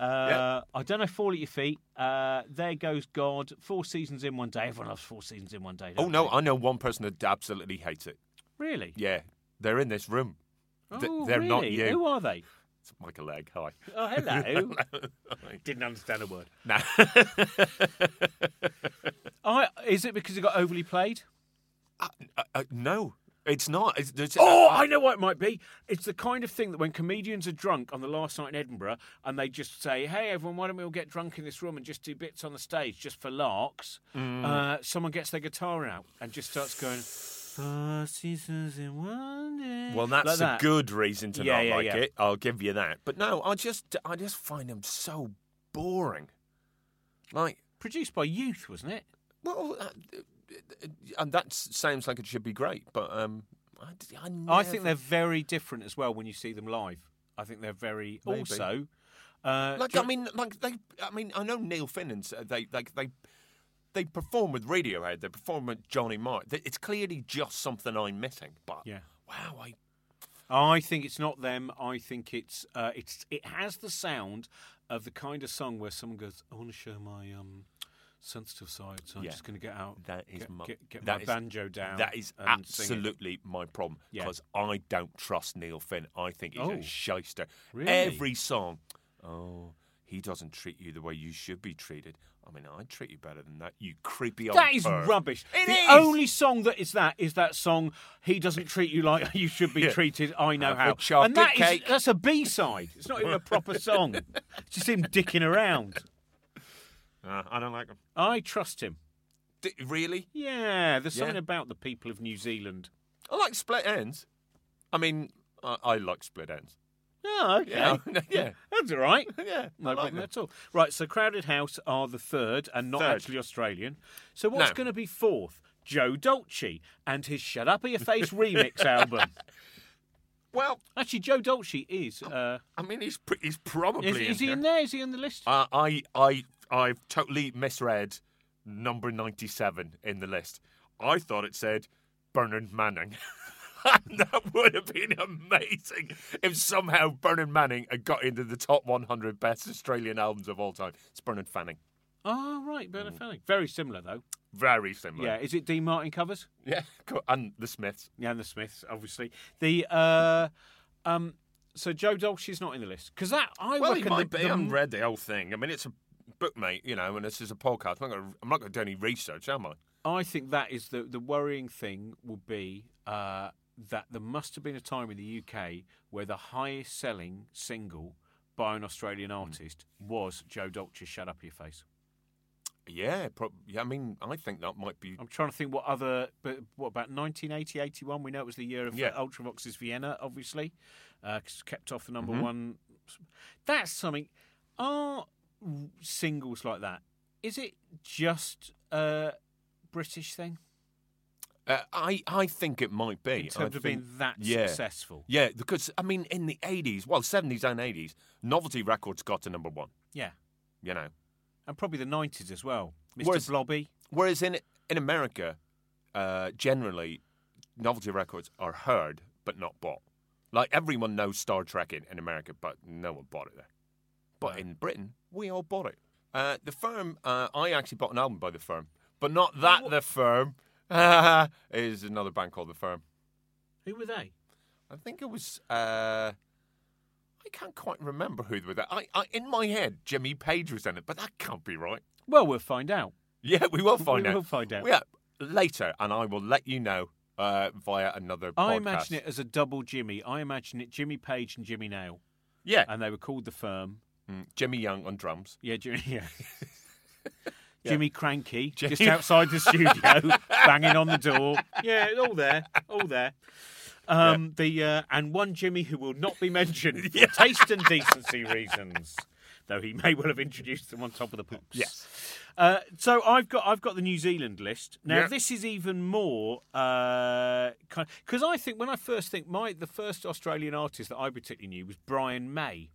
S1: Uh, I don't know. Fall at your feet. Uh, there goes God. Four seasons in one day. Everyone loves four seasons in one day.
S2: Oh
S1: don't
S2: no,
S1: they?
S2: I know one person that absolutely hates it.
S1: really?
S2: Yeah, they're in this room. Th-
S1: Oh,
S2: they're
S1: really?
S2: not you.
S1: Who are they?
S2: It's Michael Legg. Hi.
S1: Oh, hello. Didn't understand a word.
S2: Nah.
S1: I, is it because it got overly played?
S2: Uh, uh, no, it's not. It's, there's-
S1: Oh, I know what it might be. It's the kind of thing that when comedians are drunk on the last night in Edinburgh and they just say, hey, everyone, why don't we all get drunk in this room and just do bits on the stage just for larks?
S2: Mm.
S1: Uh, someone gets their guitar out and just starts going, Four seasons in one day.
S2: Well, that's
S1: Like that.
S2: a good reason to
S1: Yeah,
S2: not
S1: yeah,
S2: like
S1: yeah.
S2: it. I'll give you that. But no, I just I just find them so boring. Like,
S1: Produced by Youth, wasn't it?
S2: well, uh, uh, and that s- sounds like it should be great, but um, I, d- I,
S1: I think
S2: never-
S1: they're very different as well when you see them live. I think they're very
S2: Maybe.
S1: also. Uh,
S2: like.
S1: do
S2: I
S1: you-
S2: mean, like they. I mean, I know Neil Finn and s- they like they. They perform with Radiohead. They perform with Johnny Marr. Th- It's clearly just something I'm missing. But
S1: Yeah.
S2: wow, I
S1: I think it's not them. I think it's uh, it's it has the sound of the kind of song where someone goes, "I want to show my um, sensitive side, so I'm
S2: Yeah.
S1: just going to get out,
S2: That is
S1: get,
S2: my,
S1: get, get
S2: that
S1: my
S2: is-
S1: banjo down."
S2: That is
S1: and sing it."
S2: absolutely my problem
S1: Yeah.
S2: because I don't trust Neil Finn. I think he's
S1: Oh.
S2: a shyster.
S1: Really?
S2: Every song, oh, he doesn't treat you the way you should be treated. I mean, I treat you better than that. You creepy old.
S1: That is
S2: perv.
S1: rubbish.
S2: It
S1: the
S2: is!
S1: only song that is that is that song. He doesn't treat you like you should be
S2: Yeah.
S1: treated. I know
S2: Have a
S1: how.
S2: chocolate
S1: and that is-
S2: cake.
S1: that's a B side. It's not even a proper song. It's just him dicking around.
S2: Uh, I don't like him.
S1: I trust him.
S2: D- really?
S1: Yeah, there's something
S2: Yeah.
S1: about the people of New Zealand.
S2: I like split ends. I mean, I, I like split ends.
S1: Oh, okay.
S2: Yeah. yeah.
S1: That's all right.
S2: Yeah.
S1: No
S2: I like
S1: problem
S2: them.
S1: at all. Right, so Crowded House are the third and not
S2: Third.
S1: actually Australian. So what's
S2: No.
S1: going to be fourth? Joe Dolce and his Shut Up or Your Face remix album.
S2: Well,
S1: Actually, Joe Dolce is. Uh,
S2: I mean, he's, pr- he's probably.
S1: is, Ah, is he
S2: here.
S1: in there? Is he on the list?
S2: Uh, I I I've totally misread number ninety seven in the list. I thought it said Bernard Manning. And that would have been amazing if somehow Bernard Manning had got into the top 100 best Australian albums of all time. It's Bernard Fanning.
S1: oh, right, Bernard Fanning. Very similar, though.
S2: Very similar.
S1: Yeah, is it Dean Martin covers?
S2: Yeah. Cool. And The Smiths.
S1: Yeah, and the Smiths, obviously. The. Uh, um, so Joe Dolce's not in the list because that I
S2: Well, he
S1: reckon
S2: might
S1: the,
S2: be. I
S1: the
S2: haven't read the whole thing. I mean, it's a book, mate, you know, and this is a podcast. I'm not gonna- I'm not going to do any research, am I?
S1: I think that is the the worrying thing will be uh, that there must have been a time in the UK where the highest selling single by an Australian artist was Joe Dolce's "Shut Up Your Face."
S2: Yeah, prob- yeah. I mean, I think that might be
S1: I'm trying to think what other, but what about 1980, 81? We know it was the year of
S2: Yeah.
S1: uh, Ultravox's Vienna, obviously, because kept off the number one. That's something. Are r- singles like that? Is it just a British thing
S2: Uh, I I think it might be
S1: in terms
S2: I
S1: of being
S2: think-
S1: that
S2: yeah.
S1: successful?
S2: Yeah, because I mean, in the eighties, well, seventies and eighties, novelty records got to number one.
S1: Yeah,
S2: You know,
S1: and probably the nineties as well. Mr.
S2: Whereas-
S1: Blobby.
S2: whereas in in America, uh, generally, novelty records are heard but not bought. Like everyone knows Star Trek in, in America, but no one bought it there. But
S1: No.
S2: in Britain, we all bought it. Uh, the firm, uh, I actually bought an album by the firm, but not that the firm. is another band called the firm.
S1: Who were they?
S2: I think it was. Uh, I can't quite remember who were that. I, I, in my head, Jimmy Page was in it, but that can't be right.
S1: Well, we'll find out.
S2: Yeah, we will find
S1: We
S2: out.
S1: will find out.
S2: Yeah, later, and I will let you know uh, via another.
S1: I
S2: podcast.
S1: imagine it as a double Jimmy. I imagine it Jimmy Page and Jimmy Nail,
S2: Yeah,
S1: and they were called the firm.
S2: Mm, Jimmy Young on drums.
S1: Yeah, Jimmy. Yeah. Jimmy Cranky,
S2: Jimmy-
S1: just outside the studio, banging on the door. Yeah, all there, all there. Um, The uh, and one Jimmy who will not be mentioned for taste and decency reasons, though he may well have introduced them on top of the pops.
S2: Yes.
S1: Uh, so I've got I've got the New Zealand list now.
S2: Yeah.
S1: This is even more because I think when I first think my the first Australian artist that I particularly knew was Brian May.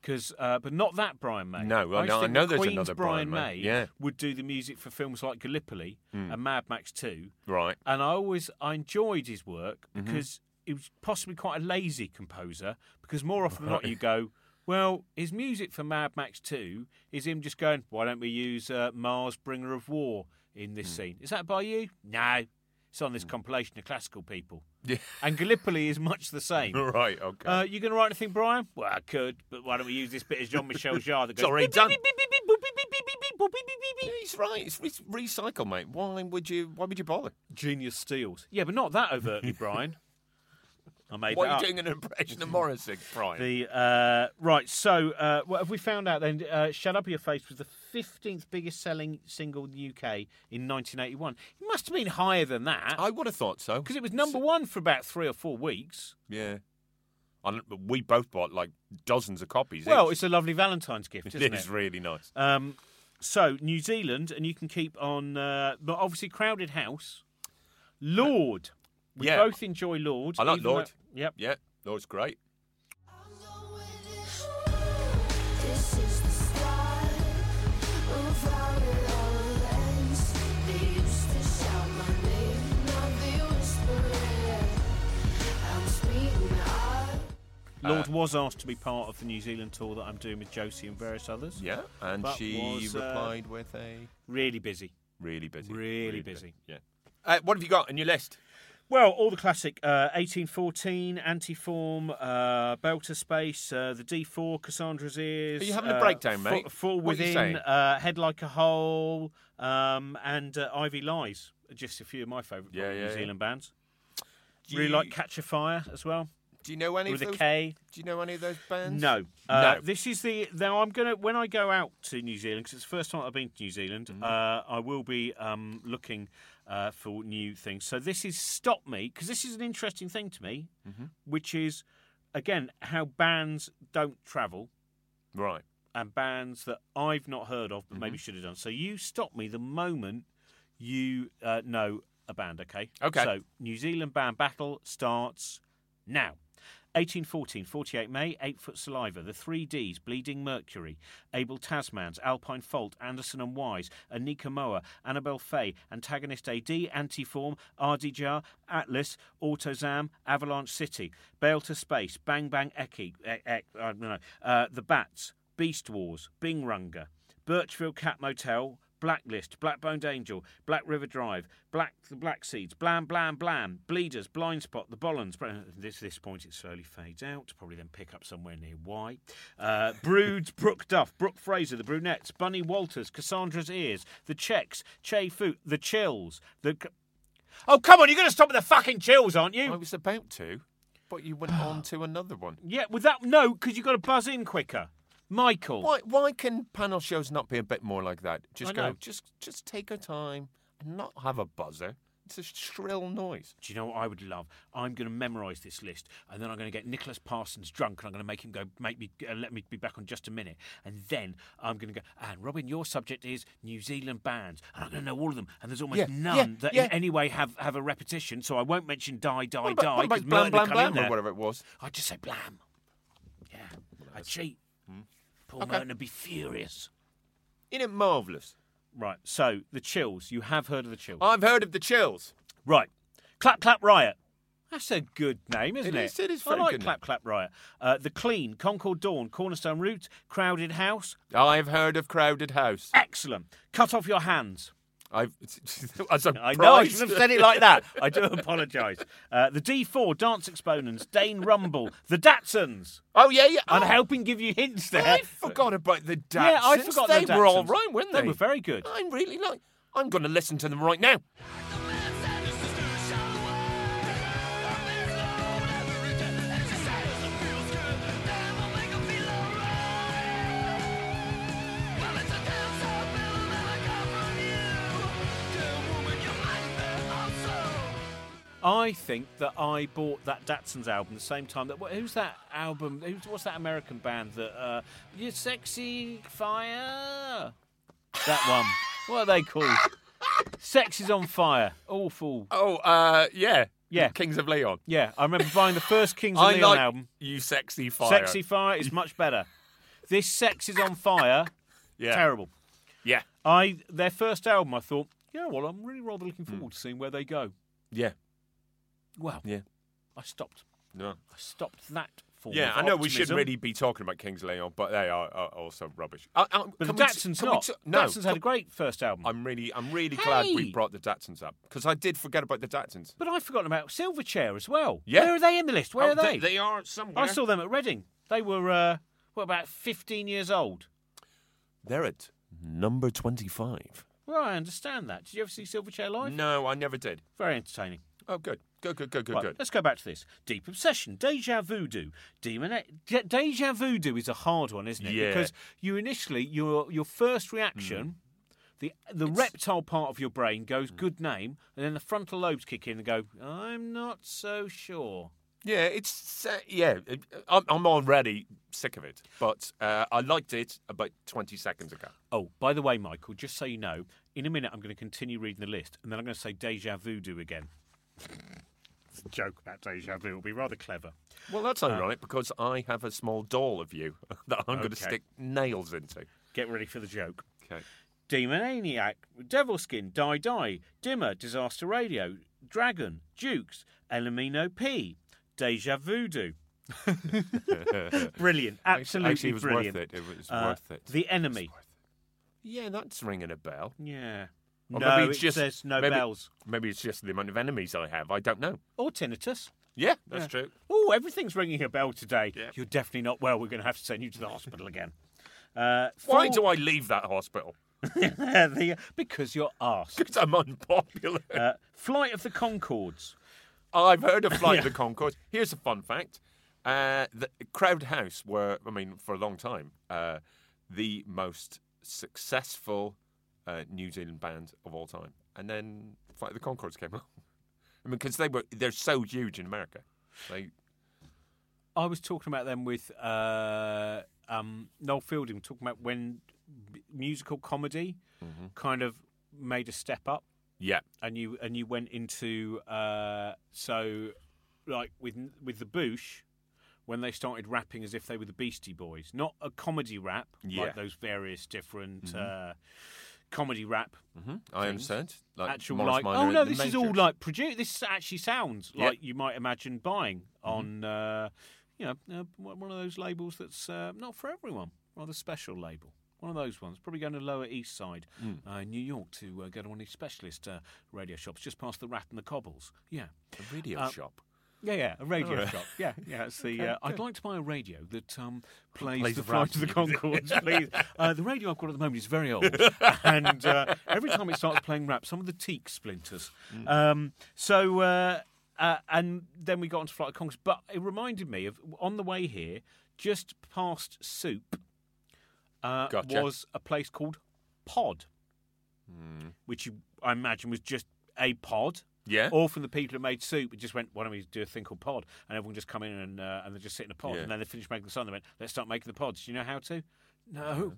S1: Because, uh, but not that Brian May.
S2: No, well,
S1: I, just
S2: no, I
S1: think
S2: know
S1: that
S2: there's
S1: Queen's
S2: another
S1: Brian,
S2: Brian May,
S1: May.
S2: yeah. Hmm.
S1: would do the music for films like Gallipoli and Mad Max Two,
S2: Right.
S1: and I always I enjoyed his work
S2: Mm-hmm.
S1: because he was possibly quite a lazy composer. Because more often than not, you go, well, his music for Mad Max Two is him just going, why don't we use uh, Mars, Bringer of War in
S2: Hmm.
S1: this scene? Is that by you? No, it's on this compilation of classical people.
S2: Yeah.
S1: And Gallipoli is much the same.
S2: Right. Okay.
S1: Uh, you going to write anything, Brian? Well, I could, but why don't we use this bit as Jean Michel Jarre that
S2: It's
S1: goes.
S2: already
S1: beep,
S2: done.
S1: beep, beep, beep, boop, beep, beep, beep, beep, beep, boop, beep, beep, beep, beep.
S2: Yeah, he's right. It's, it's recycle, mate. Why would you? Why would you bother?
S1: Genius steals. Yeah, but not that overtly, Brian. I made
S2: Why
S1: that
S2: are
S1: up.
S2: you doing an impression of Morrissey, Brian?
S1: The uh, right, so uh, what have we found out then? Uh, "Shut Up Your Face" was the fifteenth biggest selling single in the UK in 1981. It must have been higher than that
S2: I would have thought so.
S1: because it was number one for about three or four weeks.
S2: Yeah. And we both bought like dozens of copies.
S1: Well,
S2: each.
S1: it's a lovely Valentine's gift, isn't
S2: It is
S1: it?
S2: really nice.
S1: Um, so New Zealand, and you can keep on, uh, but obviously Crowded House, Lord. We
S2: Yeah.
S1: both enjoy Lord.
S2: I like
S1: even though-
S2: Lord.
S1: Yep.
S2: Yeah, that was great.
S4: I'm going This is the start of our love ends. They used to shout my name, now they whisper it. I'm speaking out.
S1: Lord was asked to be part of the New Zealand tour that I'm doing with Josie and various others.
S2: Yeah, and
S1: That
S2: she
S1: was, uh,
S2: replied with a
S1: Really busy.
S2: really busy,
S1: really busy.
S2: Yeah. Uh, what have you got on your list?
S1: Well, all the classic uh, 1814, Antiform, uh, Belter Space, uh, the D4, Cassandra's Ears.
S2: Are you having a
S1: uh,
S2: breakdown,
S1: Fa-
S2: mate?
S1: Fall
S2: What are you
S1: Within,
S2: saying?
S1: uh, Head Like a Hole, um, and uh, Ivy Lies. are Just a few of my favourite
S2: Yeah, yeah,
S1: New
S2: yeah.
S1: Zealand bands.
S2: Do
S1: really
S2: you-
S1: like Catch a Fire as well,
S2: Do you know any of
S1: with a
S2: those?
S1: K.
S2: Do you know any of those bands?
S1: No. Uh,
S2: No.
S1: This is the. Now, I'm going to. When I go out to New Zealand, because it's the first time I've been to New Zealand,
S2: Mm-hmm.
S1: uh, I will be um, looking uh, for new things. So this is Stop Me, because this is an interesting thing to me,
S2: Mm-hmm.
S1: which is, again, how bands don't travel
S2: Right.
S1: and bands that I've not heard of but
S2: Mm-hmm.
S1: maybe should have done. So you stop me the moment you uh, know a band, okay?
S2: Okay.
S1: So New Zealand band battle starts now. 1814, 48 May, 8 Foot Saliva, The 3Ds, Bleeding Mercury, Abel Tasmans, Alpine Fault, Anderson and Wise, Anika Moa, Annabel Fay, Antagonist AD, Antiform, RDJR, Atlas, Autozam, Avalanche City, Bail to Space, Bang Bang Eki, e- e- I don't know, uh, The Bats, Beast Wars, Bing Runga, Birchfield Cat Motel, Blacklist, Blackboned Angel, Black River Drive, Black the Black Seeds, Blam Blam Blam, Bleeders, Blind Spot, The Bollens. At this, this point, it slowly fades out. Probably then pick up somewhere near Y. Uh, Broods, Brooke Duff, Brooke Fraser, The Brunettes, Bunny Walters, Cassandra's Ears, The Checks, Che Fu, The Chills, The. Oh come on! You're going to stop at the fucking chills, aren't
S2: I
S1: you?
S2: was about to, but you went on to another one.
S1: Yeah, with that no, because you've got to buzz in quicker. Michael,
S2: Why? Why can panel shows not be a bit more like that? Just
S1: I
S2: go.
S1: know.
S2: Just, just take your time and not have a buzzer. It's a shrill noise.
S1: Do you know what I would love? I'm going to memorise this list, and then I'm going to get Nicholas Parsons drunk, and I'm going to make him go, make me, uh, let me be back on just a minute, and then I'm going to go. And Robin, your subject is New Zealand bands, and I'm going to know all of them, and there's almost
S2: Yeah,
S1: none
S2: yeah,
S1: that
S2: yeah.
S1: in any way have, have a repetition, so I won't mention die, die,
S2: What about,
S1: die.
S2: what about
S1: 'cause
S2: blam
S1: Merton will
S2: blam
S1: come in
S2: blam or
S1: there.
S2: whatever it was?
S1: I'd just say blam. Yeah, I cheat. Paul
S2: Hmm? Okay.
S1: Merton would be furious.
S2: Isn't it marvellous?
S1: Right, so the chills. You have heard of the chills,
S2: I've heard of the chills.
S1: Right. Clap Clap Riot. That's a good name, isn't
S2: It
S1: it?
S2: is- it is
S1: I
S2: very
S1: like
S2: good
S1: Clap Clap Riot. Uh, the Clean, Concord Dawn, Cornerstone Route, Crowded House.
S2: I've heard of Crowded House.
S1: Excellent. Cut off your hands.
S2: I've, I'm surprised.
S1: I know I should have said it like that. I do apologise. Uh, the D4 Dance Exponents, Dane Rumble, the Datsuns.
S2: Oh yeah, yeah.
S1: I'm
S2: Oh,
S1: helping give you hints there.
S2: I forgot about the Datsuns.
S1: Yeah, I forgot
S2: they
S1: the
S2: were all
S1: Datsuns.
S2: right, weren't
S1: They
S2: they?
S1: were very good.
S2: I'm really like. I'm going to listen to them right now.
S1: I think that I bought that Datsuns album the same time that wh- who's that album? Who's what's that American band that uh, you sexy fire? That one. what are they called? Sex is on fire. Awful.
S2: Oh, uh, yeah,
S1: Yeah.
S2: Kings of Leon.
S1: Yeah, I remember buying the first Kings of
S2: I
S1: Leon
S2: like
S1: album.
S2: you, sexy fire.
S1: Sexy fire is much better. This Sex is on fire.
S2: yeah.
S1: Terrible.
S2: Yeah,
S1: I their first album. I thought, yeah, well, I'm really rather looking forward to seeing where they go.
S2: yeah,
S1: Well,
S2: yeah.
S1: I stopped.
S2: No.
S1: I stopped that. Form
S2: Yeah,
S1: of
S2: I know we shouldn't
S1: optimism.
S2: really be talking about Kings of Leon, but they are, are also rubbish. Uh, uh,
S1: But
S2: can
S1: the
S2: we t-
S1: Datsuns
S2: can we
S1: not.
S2: t- no,
S1: Datsuns had a great first album.
S2: I'm really, I'm really glad
S1: Hey!
S2: we brought the Datsuns up because I did forget about the Datsuns.
S1: but I've forgotten about Silverchair as well.
S2: Yeah.
S1: Where are they in the list? Where
S2: Oh,
S1: are they?
S2: They are somewhere.
S1: I saw them at Reading. They were, uh, what, about 15 years old?
S2: They're at number twenty-five.
S1: Well, I understand that. Did you ever see Silverchair live?
S2: No, I never did.
S1: Very entertaining.
S2: Oh, good, good, good, good, good,
S1: Right,
S2: good.
S1: Let's go back to this. Deep Obsession, Deja Voodoo. Demon De- Deja Voodoo is a hard one, isn't it?
S2: Yeah.
S1: Because you initially, your your first reaction,
S2: Mm.
S1: the the reptile part of your brain goes, good name, and then the frontal lobes kick in and go, I'm not so sure.
S2: Yeah, it's uh, yeah. it- I'm, I'm already sick of it, but uh, I liked it about twenty seconds ago.
S1: Oh, by the way, Michael, just so you know, in a minute I'm going to continue reading the list, and then I'm going to say Deja Voodoo again. it's a joke about Deja Vu. It'll be rather clever.
S2: Well, that's ironic because I have a small doll of you that I'm going to
S1: Okay.
S2: stick nails into.
S1: Get ready for the joke.
S2: Okay.
S1: Demoniac, Devilskin, Die Die, Dimmer, Disaster Radio, Dragon, Dukes, Elamino P, Deja Voodoo. brilliant, absolutely
S2: Actually, it was
S1: brilliant.
S2: worth it. It was
S1: Uh,
S2: worth it.
S1: The enemy.
S2: Yeah, that's ringing a bell.
S1: Yeah.
S2: Or
S1: no,
S2: maybe it's
S1: it
S2: just-
S1: says no
S2: maybe-
S1: bells.
S2: Maybe it's just the amount of enemies I have. I don't know.
S1: Or tinnitus.
S2: Yeah, that's true.
S1: Oh, everything's ringing a bell today.
S2: Yeah.
S1: You're definitely not well. We're going to have to send you to the hospital again. Uh,
S2: Why do I leave that hospital?
S1: the, because you're asked.
S2: Because I'm unpopular.
S1: Uh, Flight of the Concords.
S2: I've heard of Flight of the Concords. Here's a fun fact. Uh, the Crowd House were, I mean, for a long time, uh, the most successful uh, New Zealand band of all time. And then Flight of the Concords came along. I mean, because they were, they're so huge in America. They,
S1: I was talking about them with uh, um, Noel Fielding, talking about when b- musical comedy
S2: Mm-hmm.
S1: kind of made a step up,
S2: yeah.
S1: and you and you went into uh, so like with with the Boosh when they started rapping as if they were the Beastie Boys, not a comedy rap
S2: Yeah.
S1: like those various different uh, comedy rap
S2: hmm I understand. Like
S1: actual
S2: Morris
S1: like
S2: Minor
S1: oh
S2: and
S1: no
S2: the
S1: this is all
S2: Majors.
S1: like produced this actually sounds
S2: Yeah. Mm-hmm.
S1: like you might imagine buying on uh, you know uh, one one of those labels that's uh, not for everyone rather special label one of those ones probably going to lower east side
S2: Mm.
S1: uh, in new york to uh, go to one of these specialist uh, radio shops just past the rat and the cobbles yeah
S2: a radio
S1: uh,
S2: shop.
S1: yeah, yeah, a radio
S2: Alright.
S1: shop. Yeah, yeah. It's the. uh, I'd like to buy a radio that um, plays,
S2: Plays
S1: the
S2: rap
S1: Flight of the
S2: music.
S1: Concords, please. Uh, the radio I've got at the moment is very old, and uh, every time it starts playing rap, some of the teak splinters.
S2: Mm.
S1: Um, so, uh, uh, and then we got onto Flight of Concords, but it reminded me of on the way here, just past Soup, uh,
S2: Gotcha.
S1: was a place called Pod,
S2: Hmm.
S1: which you, I imagine was just a pod
S2: Yeah.
S1: all from the people who made soup. It just went, why don't we do a thing called pod? And everyone just come in and uh, and they just sit in a pod.
S2: Yeah.
S1: And then they finish making the song. They went, let's start making the pods. Do you know how to? No.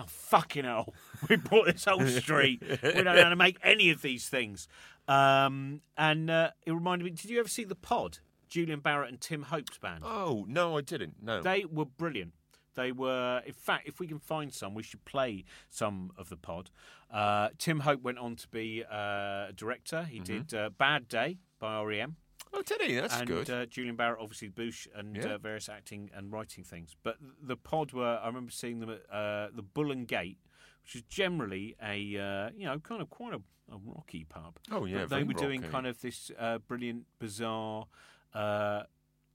S1: Oh fucking hell! We bought this whole street. we don't know how to make any of these things. Um, and uh, it reminded me. Did you ever see the Pod? Julian Barrett and Tim Hope's band.
S2: Oh no, I didn't. No.
S1: They were brilliant. They were, in fact, if we can find some, we should play some of the pod. Uh, Tim Hope went on to be uh, a director. He did uh, Bad Day by E REM.
S2: oh, did he? That's
S1: and
S2: good.
S1: Uh, Julian Barrett, obviously, Bush, and
S2: Yeah.
S1: uh, various acting and writing things. But the pod were, I remember seeing them at uh, the Bull and Gate, which is generally a uh, you know kind of quite a, a rocky pub.
S2: Oh, yeah,
S1: but they
S2: very
S1: were doing
S2: rocky.
S1: kind of this uh, brilliant, bizarre uh,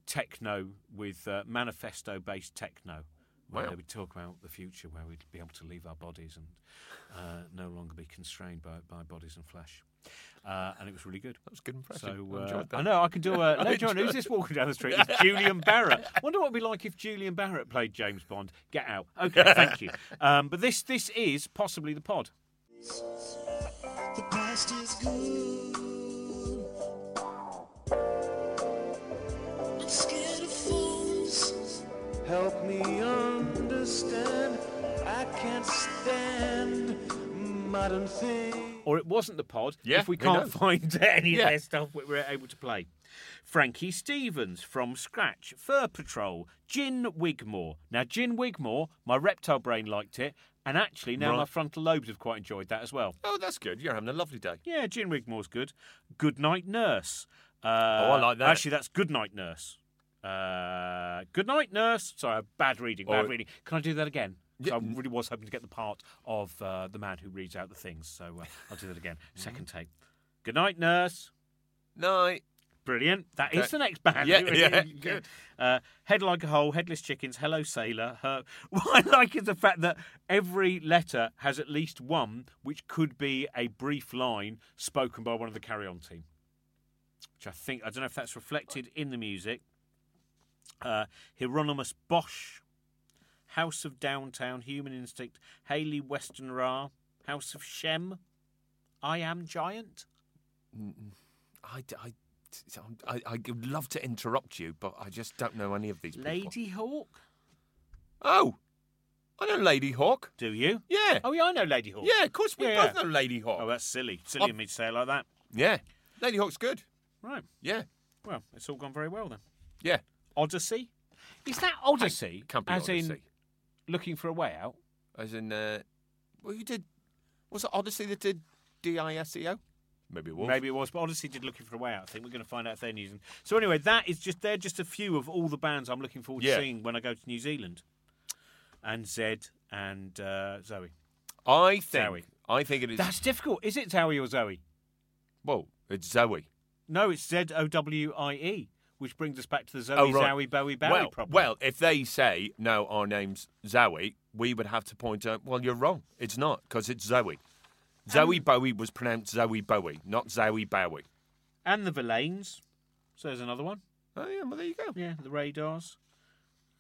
S1: techno with uh, manifesto-based techno. Where
S2: Wow.
S1: they would talk about the future, where we'd be able to leave our bodies and uh, no longer be constrained by, by bodies and flesh. Uh, and it was really good.
S2: That was a good impression.
S1: So
S2: I
S1: uh,
S2: enjoyed that.
S1: I know I can do a.
S2: I
S1: Later on,
S2: enjoyed
S1: who's this walking down the street? It's Julian Barrett. Wonder what it'd be like if Julian Barrett played James Bond. Get out. Okay, thank you. Um, but this this is possibly the pod.
S5: The past is good. I'm scared of phones.
S6: Help me understand. I can't stand modern things.
S1: Or it wasn't the pod.
S2: Yeah,
S1: if we
S2: who
S1: can't
S2: knows?
S1: find any
S2: Yeah.
S1: of their stuff we were able to play. Frankie Stevens from Scratch, Fur Patrol, Gin Wigmore. Now Gin Wigmore, my reptile brain liked it, and actually now
S2: Right.
S1: my frontal lobes have quite enjoyed that as well.
S2: Oh, that's good. You're having a lovely day.
S1: Yeah, Gin Wigmore's good. Good Night Nurse. Uh, oh,
S2: I like that.
S1: Actually, that's Good Night Nurse. Uh, good Night Nurse. Sorry, bad reading, bad
S2: Oh.
S1: reading. Can I do that again? 'Cause
S2: Yeah.
S1: I really was hoping to get the part of uh, the man who reads out the things, so uh, I'll do that again.
S2: Mm-hmm.
S1: Second take. Good Night Nurse.
S2: Night.
S1: Brilliant. That is
S2: Okay.
S1: the next band.
S2: Yeah, yeah, good.
S1: Uh, head like a hole, headless chickens, hello sailor. Her... What I like is the fact that every letter has at least one which could be a brief line spoken by one of the carry on team. Which I think, I don't know if that's reflected in the music. Uh, Hieronymus Bosch, House of Downtown, Human Instinct, Haley Western Ra, House of Shem, I Am Giant.
S2: I, d- I, t- I'm- I, I would love to interrupt you, but I just don't know any of these people.
S1: Lady Hawk.
S2: Oh, I know Lady Hawk.
S1: Do you?
S2: Yeah.
S1: Oh yeah, I know Lady Hawk.
S2: Yeah, of course we
S1: Yeah,
S2: both know Lady Hawk.
S1: Oh, that's silly. Silly of me to say it like that.
S2: yeah. Lady Hawk's good.
S1: Right.
S2: Yeah.
S1: Well, it's all gone very well then.
S2: Yeah.
S1: Odyssey. Is that Odyssey?
S2: Can't be
S1: as in
S2: Odyssey.
S1: looking for a way out.
S2: As in, uh, well, you did. Was it Odyssey that did D I S E O? Maybe it was.
S1: Maybe it was, but Odyssey did looking for a way out. I think we're going to find out if they're in New Zealand. So anyway, that is just they're just a few of all the bands I'm looking forward
S2: Yeah.
S1: to seeing when I go to New Zealand. And Zed and uh, Zoe.
S2: I think.
S1: Zoe.
S2: I think it is.
S1: That's difficult. Is it Zowie or Zoe?
S2: Well, it's Zoe.
S1: No, it's Z O W I E, which brings us back to the Zoe
S2: Oh, right.
S1: Zowie Bowie Bowie
S2: Well,
S1: problem.
S2: well, if they say no, our name's Zoe, we would have to point out. Well, you're wrong. It's not because it's Zoe. Zoe
S1: Um,
S2: Bowie was pronounced Zoe Bowie, not Zoe Bowie.
S1: and the Verlaines. So there's another one.
S2: Oh yeah, well there you go.
S1: Yeah, the radars.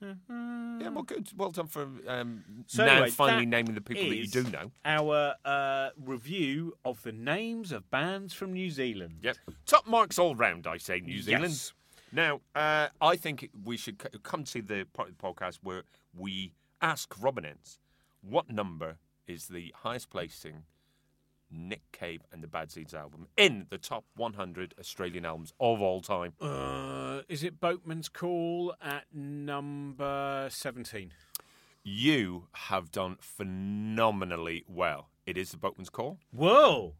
S2: Yeah, well good. Well done for um,
S1: Mm. So
S2: now
S1: anyway,
S2: finally
S1: that
S2: naming the people that you
S1: is
S2: do know.
S1: Our uh, review of the names of bands from New Zealand.
S2: Yep. Top marks all round, I say, New Zealand.
S1: Yes.
S2: Now, uh, I think we should c- come to the part of the podcast where we ask Robin Ince what number is the highest placing Nick Cave and the Bad Seeds album in the top 100 Australian albums of all time.
S1: Uh, is it Boatman's Call at number 17?
S2: You have done phenomenally well. It is the Boatman's Call.
S1: Whoa!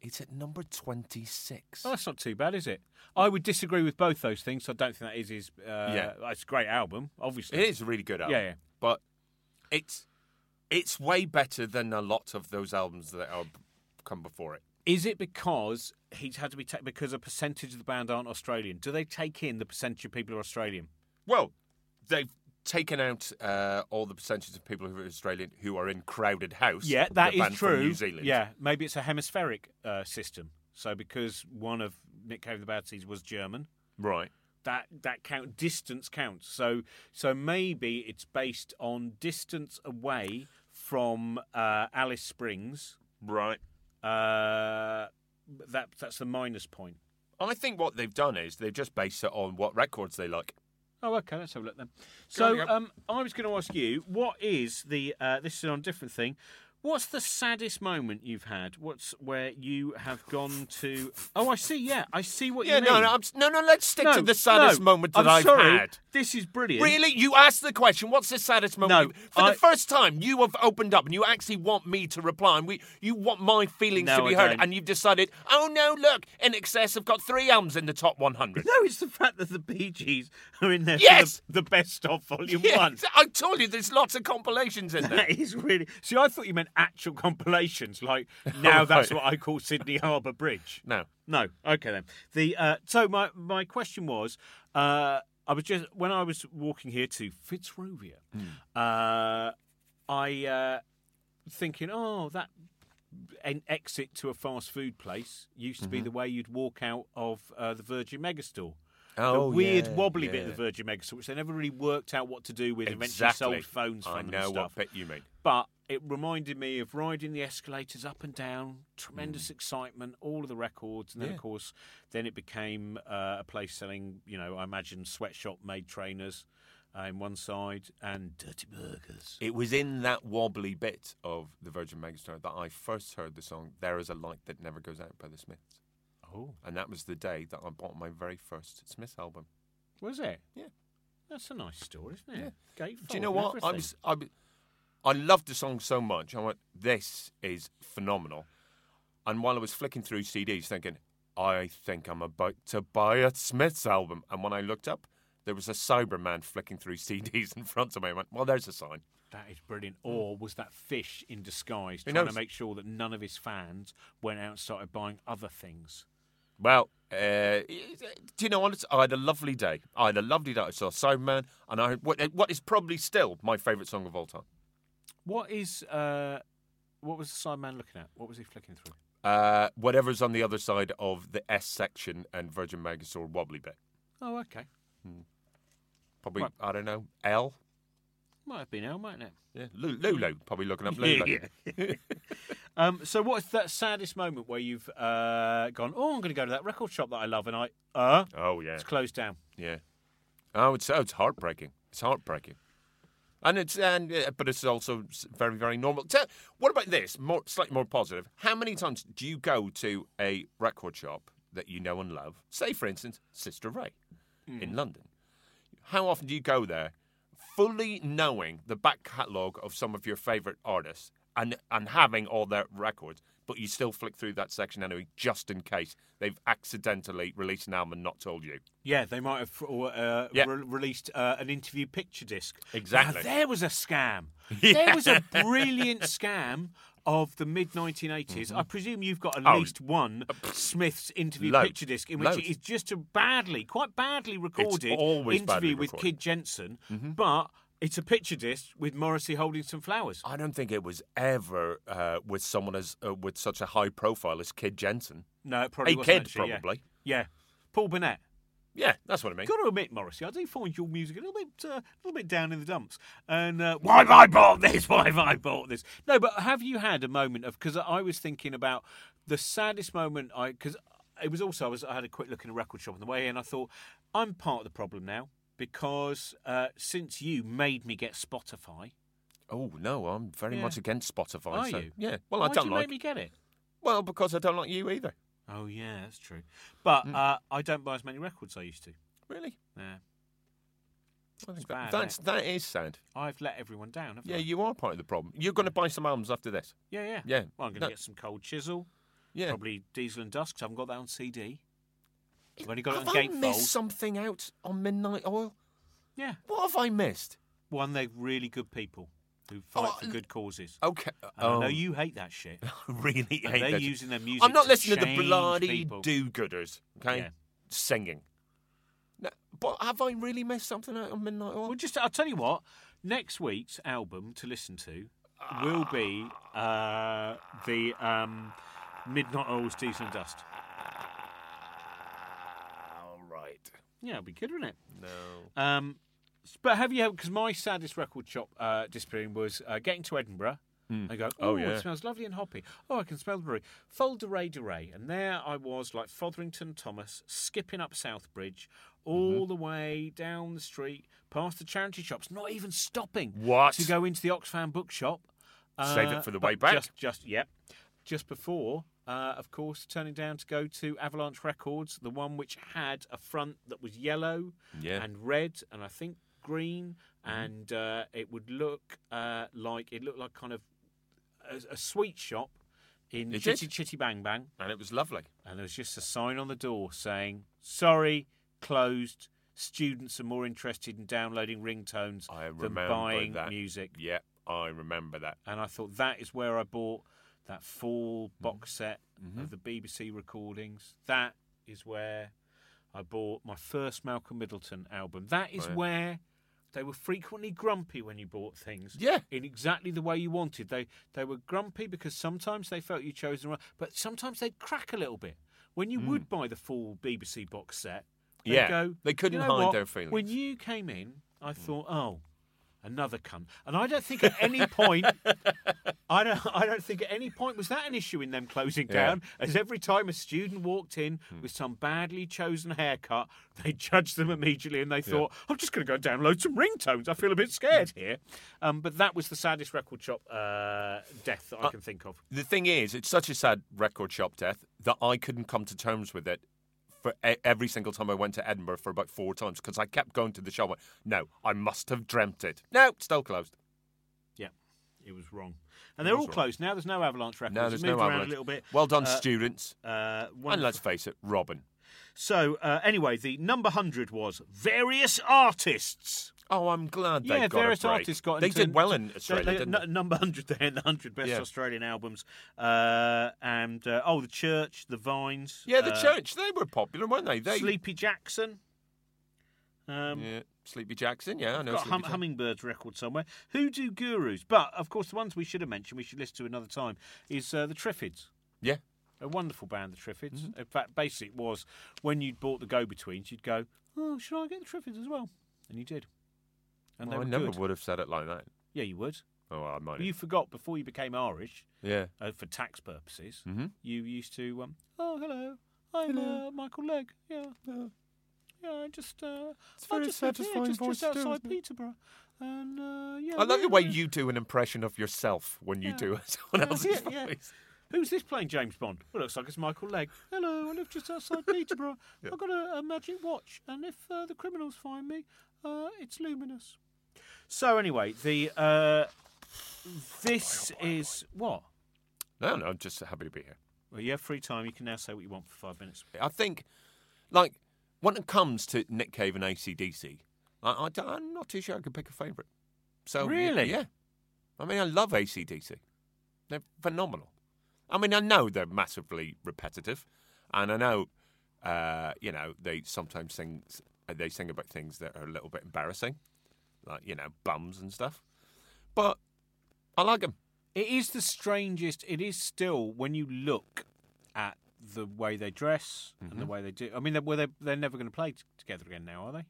S2: It's at number 26.
S1: Oh, that's not too bad, is it? I would disagree with both those things. So I don't think that is his. Uh,
S2: Yeah.
S1: It's a great album, obviously.
S2: It is a really good album.
S1: Yeah, yeah.
S2: But it's it's way better than a lot of those albums that are come before it.
S1: Is it because he's had to be ta- because a percentage of the band aren't Australian? Do they take in the percentage of people who are Australian?
S2: Well, they've taken out uh, all the percentages of people who are Australian who are in Crowded House.
S1: Yeah, that
S2: the
S1: is
S2: band
S1: true.
S2: From New Zealand.
S1: Yeah, maybe it's a hemispheric uh, system. So because one of Nick Cave and the Bad Seeds was German,
S2: Right.
S1: that that count distance counts. So so maybe it's based on distance away from uh, Alice Springs.
S2: Right.
S1: Uh, that that's the minus point.
S2: I think what they've done is they've just based it on what records they like.
S1: Oh, okay. Let's have a look then.
S2: on,
S1: So,
S2: yep.
S1: um, I was going to ask you, what is the? Uh, this is on a different thing. What's the saddest moment you've had? What's where you have gone to? Oh, I see. Yeah, I see what
S2: Yeah,
S1: you mean.
S2: no, no, I'm, s- no, no. Let's stick to the saddest
S1: no,
S2: moment that
S1: I'm
S2: have
S1: sorry.
S2: had.
S1: this is brilliant.
S2: Really? You asked the question, what's the saddest moment?
S1: No,
S2: For
S1: I-
S2: the first time, you have opened up and you actually want me to reply and we, you want my feelings
S1: No,
S2: to be
S1: I
S2: heard.
S1: don't.
S2: And you've decided, oh no, look, In Excess have got three albums in the top 100.
S1: No, it's the fact that the Bee Gees are in there. for
S2: Yes!
S1: the, the best of volume one.
S2: Yes, I told you there's lots of compilations in there.
S1: That is really. See, I thought you meant actual compilations. Like now, that's
S2: right.
S1: what I call Sydney Harbour Bridge.
S2: No.
S1: No. Okay then. The uh, so my my question was, uh, I was just when I was walking here to Fitzrovia,
S2: Hmm.
S1: uh, I uh, thinking, oh, that an exit to a fast food place used
S2: Mm-hmm.
S1: to be the way you'd walk out of uh, the Virgin Megastore.
S2: Oh,
S1: the weird
S2: yeah,
S1: wobbly bit
S2: yeah.
S1: of the Virgin Megastore, which they never really worked out what to do with. Eventually sold phones from
S2: I
S1: them
S2: know
S1: and stuff
S2: what bit you mean.
S1: but it reminded me of riding the escalators up and down, tremendous excitement, all of the records, and then
S2: Mm. Yeah.
S1: of course, then it became uh, a place selling, you know, I imagine sweatshop made trainers uh, in one side and dirty burgers.
S2: It was in that wobbly bit of the Virgin Megastore that I first heard the song "There Is a Light That Never Goes Out" by the Smiths,
S1: Oh,
S2: and that was the day that I bought my very first Smiths album.
S1: was it?
S2: Yeah.
S1: that's a nice story, isn't it? Gatefold
S2: Do you know
S1: and
S2: what? I
S1: everything.
S2: was, I, was- I loved the song so much. I went, "This is phenomenal," and while I was flicking through CDs, thinking, "I think I'm about to buy a Smiths album," and when I looked up, there was a Cyberman flicking through CDs in front of me. I went, "Well, there's a sign."
S1: That is brilliant. Or was that fish in disguise
S2: Mm. Who
S1: trying
S2: knows?
S1: to make sure that none of his fans went out and started buying other things?
S2: Well, uh, do you know what? I had a lovely day. I had a lovely day. I saw Cyberman, and I what, what is probably still my favourite song of all time.
S1: What is uh, what was the sideman looking at? What was he flicking through?
S2: Uh, whatever's on the other side of the S section and Virgin Megastore wobbly bit.
S1: Oh, okay.
S2: Probably,
S1: Right.
S2: I don't know, L?
S1: Might have been L, mightn't it?
S2: Yeah. Lu- Lulu, probably looking up Lulu.
S1: Um, so, what's that saddest moment where you've uh, gone? Oh, I'm going to go to that record shop that I love, and I uh,
S2: Oh, yeah.
S1: it's closed down.
S2: Yeah. Oh, it's, oh, it's heartbreaking. It's heartbreaking. And it's and uh, but it's also s- very very normal. Tell, what about this? More slightly more positive. How many times do you go to a record shop that you know and love? Say for instance, Sister Ray in London. How often do you go there, fully knowing the back catalogue of some of your favourite artists and and having all their records, but you still flick through that section anyway just in case they've accidentally released an album and not told you.
S1: Yeah, they might have or, uh,
S2: Yeah.
S1: re- released uh, an interview picture disc.
S2: Exactly.
S1: Now, there was a scam. There was a brilliant scam of the mid 1980s. I presume you've got at
S2: Mm-hmm. Oh,
S1: least one Smith's interview
S2: loads,
S1: picture disc in which
S2: loads.
S1: it is just a badly, quite badly recorded
S2: always
S1: interview
S2: badly
S1: with
S2: recorded. Mm-hmm.
S1: Kid Jensen, but it's a picture disc with Morrissey holding some flowers.
S2: I don't think it was ever uh, with someone as uh, with such a high profile as Kid Jensen.
S1: No, it probably
S2: A
S1: wasn't.
S2: kid,
S1: actually, yeah.
S2: probably.
S1: Yeah. Paul Burnett.
S2: Yeah, that's what I mean.
S1: Got to admit, Morrissey, I do find your music a little bit, uh, a little bit down in the dumps. And uh, why have I bought this? Why have I bought this? No, but have you had a moment of? Because I was thinking about the saddest moment. I because it was also I was I had a quick look in a record shop on the way, and I thought I'm part of the problem now because uh, since you made me get Spotify,
S2: Oh no, I'm very
S1: Yeah.
S2: much against Spotify.
S1: are
S2: so-
S1: you?
S2: Yeah. Well,
S1: why
S2: I don't
S1: you
S2: like.
S1: make me get it.
S2: Well, because I don't like you either.
S1: Oh yeah, that's true. But
S2: Mm.
S1: uh, I don't buy as many records I used to.
S2: Really?
S1: Yeah.
S2: I think
S1: bad,
S2: that's
S1: eh?
S2: that is sad.
S1: I've let everyone down, haven't
S2: Yeah,
S1: I?
S2: you are part of the problem. You're going to buy some albums after this.
S1: yeah, yeah,
S2: Yeah.
S1: Well, I'm going to
S2: No.
S1: get some cold chisel.
S2: Yeah.
S1: Probably Diesel and Dust 'cause I haven't got that on CD. I've only got
S2: have
S1: it on
S2: I missed
S1: Gatefold.
S2: something out on Midnight Oil?
S1: Yeah.
S2: What have I missed?
S1: One, they're really good people who fight
S2: Oh,
S1: for good causes.
S2: Okay.
S1: And
S2: oh,
S1: I know you hate that shit.
S2: really
S1: And
S2: hate
S1: they're
S2: that.
S1: using their music.
S2: I'm not
S1: to
S2: listening to the
S1: change
S2: bloody
S1: people.
S2: do-gooders. Okay,
S1: Yeah.
S2: singing. No, but have I really missed something out on Midnight Oil?
S1: Well, just I'll tell you what. Next week's album to listen to will be uh, the um, Midnight Oil's Diesel and Dust.
S2: Ah, All right.
S1: Yeah, it'll be good, won't it?
S2: No.
S1: Um, s- but have you? Because my saddest record shop uh, disappearing was uh, getting to Edinburgh. I go, oh,
S2: Oh, yeah.
S1: it smells lovely and hoppy. Oh, I can smell the brewery. Folderay de Ray. And there I was, like Fotherington Thomas, skipping up Southbridge, all
S2: Mm-hmm.
S1: the way down the street, past the charity shops, not even stopping
S2: What?
S1: to go into the Oxfam bookshop. Uh,
S2: Save it for the
S1: but
S2: way back.
S1: Just, just, yep. Just before uh, of course, turning down to go to Avalanche Records, the one which had a front that was yellow
S2: Yeah. Mm-hmm.
S1: and red and I think green, and uh, it would look uh, like it looked like kind of a, a sweet shop in
S2: It
S1: Chitty
S2: did.
S1: Chitty Bang Bang,
S2: and it was lovely.
S1: and there was just a sign on the door saying "Sorry, closed." Students are more interested in downloading ringtones
S2: I
S1: than
S2: remember
S1: buying
S2: that.
S1: music.
S2: Yeah, I remember that.
S1: and I thought that is where I bought that full
S2: Mm-hmm.
S1: box set of the BBC recordings. That is where I bought my first Malcolm Middleton album. That is
S2: Right.
S1: where they were frequently grumpy when you bought things.
S2: Yeah.
S1: in exactly the way you wanted. They they were grumpy because sometimes they felt you chose the wrong, but sometimes they'd crack a little bit when you would buy the full BBC box set. they'd
S2: Mm. Yeah,
S1: go,
S2: they couldn't
S1: "You know
S2: hide
S1: what?
S2: their feelings." Mm.
S1: When you came in, I thought, oh, another cunt. And I don't think at any point, I don't, I don't think at any point was that an issue in them closing
S2: Yeah. Hmm.
S1: down. As every time a student walked in with some badly chosen haircut, they judged them immediately and they thought, I'm just going to go download some ringtones. I feel a bit scared
S2: Hmm.
S1: here. Um, but that was the saddest record shop uh, death that I can think of.
S2: The thing is, it's such a sad record shop death that I couldn't come to terms with it for e- every single time I went to Edinburgh for about four times because I kept going to the shop. No, I must have dreamt it. No, still closed.
S1: Yeah, it was wrong. And they're all
S2: wrong.
S1: closed now. There's no Avalanche records.
S2: No,
S1: It's
S2: there's
S1: moved
S2: no
S1: around
S2: avalanche.
S1: a little bit.
S2: Well done,
S1: Uh,
S2: students.
S1: Uh,
S2: And
S1: wonderful.
S2: let's face it, Robin.
S1: So uh, anyway, the number hundred was various artists.
S2: Oh, I'm glad they
S1: yeah,
S2: got
S1: various
S2: a break.
S1: artists got.
S2: They
S1: into,
S2: did well in Australia,
S1: they- they-
S2: didn't
S1: nu-
S2: they?
S1: Number hundred, they had the hundred best
S2: Yeah.
S1: Australian albums, uh, and uh, oh, the Church, the Vines.
S2: Yeah, the
S1: uh,
S2: church. They were popular, weren't they? They
S1: Sleepy Jackson. Um,
S2: Yeah, Sleepy Jackson. Yeah, I know.
S1: got
S2: Sleepy
S1: hum-
S2: Jack-
S1: Hummingbirds record somewhere. Hoodoo Gurus, but of course the ones we should have mentioned, we should listen to another time, is uh, the Triffids.
S2: Yeah,
S1: a wonderful band, the Triffids.
S2: Mm-hmm.
S1: In fact, basically, it was when you'd bought the Go Betweens, you'd go, "Oh, should I get the Triffids as well?" And you did, and
S2: Well,
S1: they
S2: I
S1: were
S2: never
S1: good.
S2: would have said it like that.
S1: Yeah, you would.
S2: Oh, well, I might.
S1: Well, you forgot before you became Irish
S2: have. Yeah.
S1: uh, for tax purposes.
S2: Mhm.
S1: You used to, um, "Oh, hello, I'm Uh, Michael Legg. Yeah, yeah, I just, uh,
S2: It's a
S1: I
S2: very
S1: just live here,
S2: satisfying
S1: just,
S2: voice
S1: just
S2: to do,
S1: outside
S2: isn't it?"
S1: Peterborough." And uh, yeah,
S2: I love
S1: yeah,
S2: the way
S1: yeah.
S2: you do an impression of yourself when you
S1: Yeah.
S2: do someone else's
S1: yeah, yeah.
S2: voice.
S1: Who's this playing James Bond? Well, looks like it's Michael Legg. Hello, I live just outside Peterborough. I've got a, a magic watch, and if uh, the criminals find me, uh, it's luminous. So anyway, the uh, this is what?
S2: No, no, I'm just happy to be here.
S1: Well, you have free time. You can now say what you want for five minutes.
S2: I think, like, when it comes to Nick Cave and ACDC, I, I, don't- I'm not too sure I could pick a favourite. So y-
S1: Really?
S2: yeah. I mean, I love ACDC. They're phenomenal. I mean, I know they're massively repetitive, and I know, uh, you know, they sometimes sing they sing about things that are a little bit embarrassing, like you know, bums and stuff. But I like them.
S1: It is the strangest. It is still when you look at the way they dress and
S2: Mm-hmm.
S1: the way they do. I mean, they, well, they they're never going to play t- together again now, are they?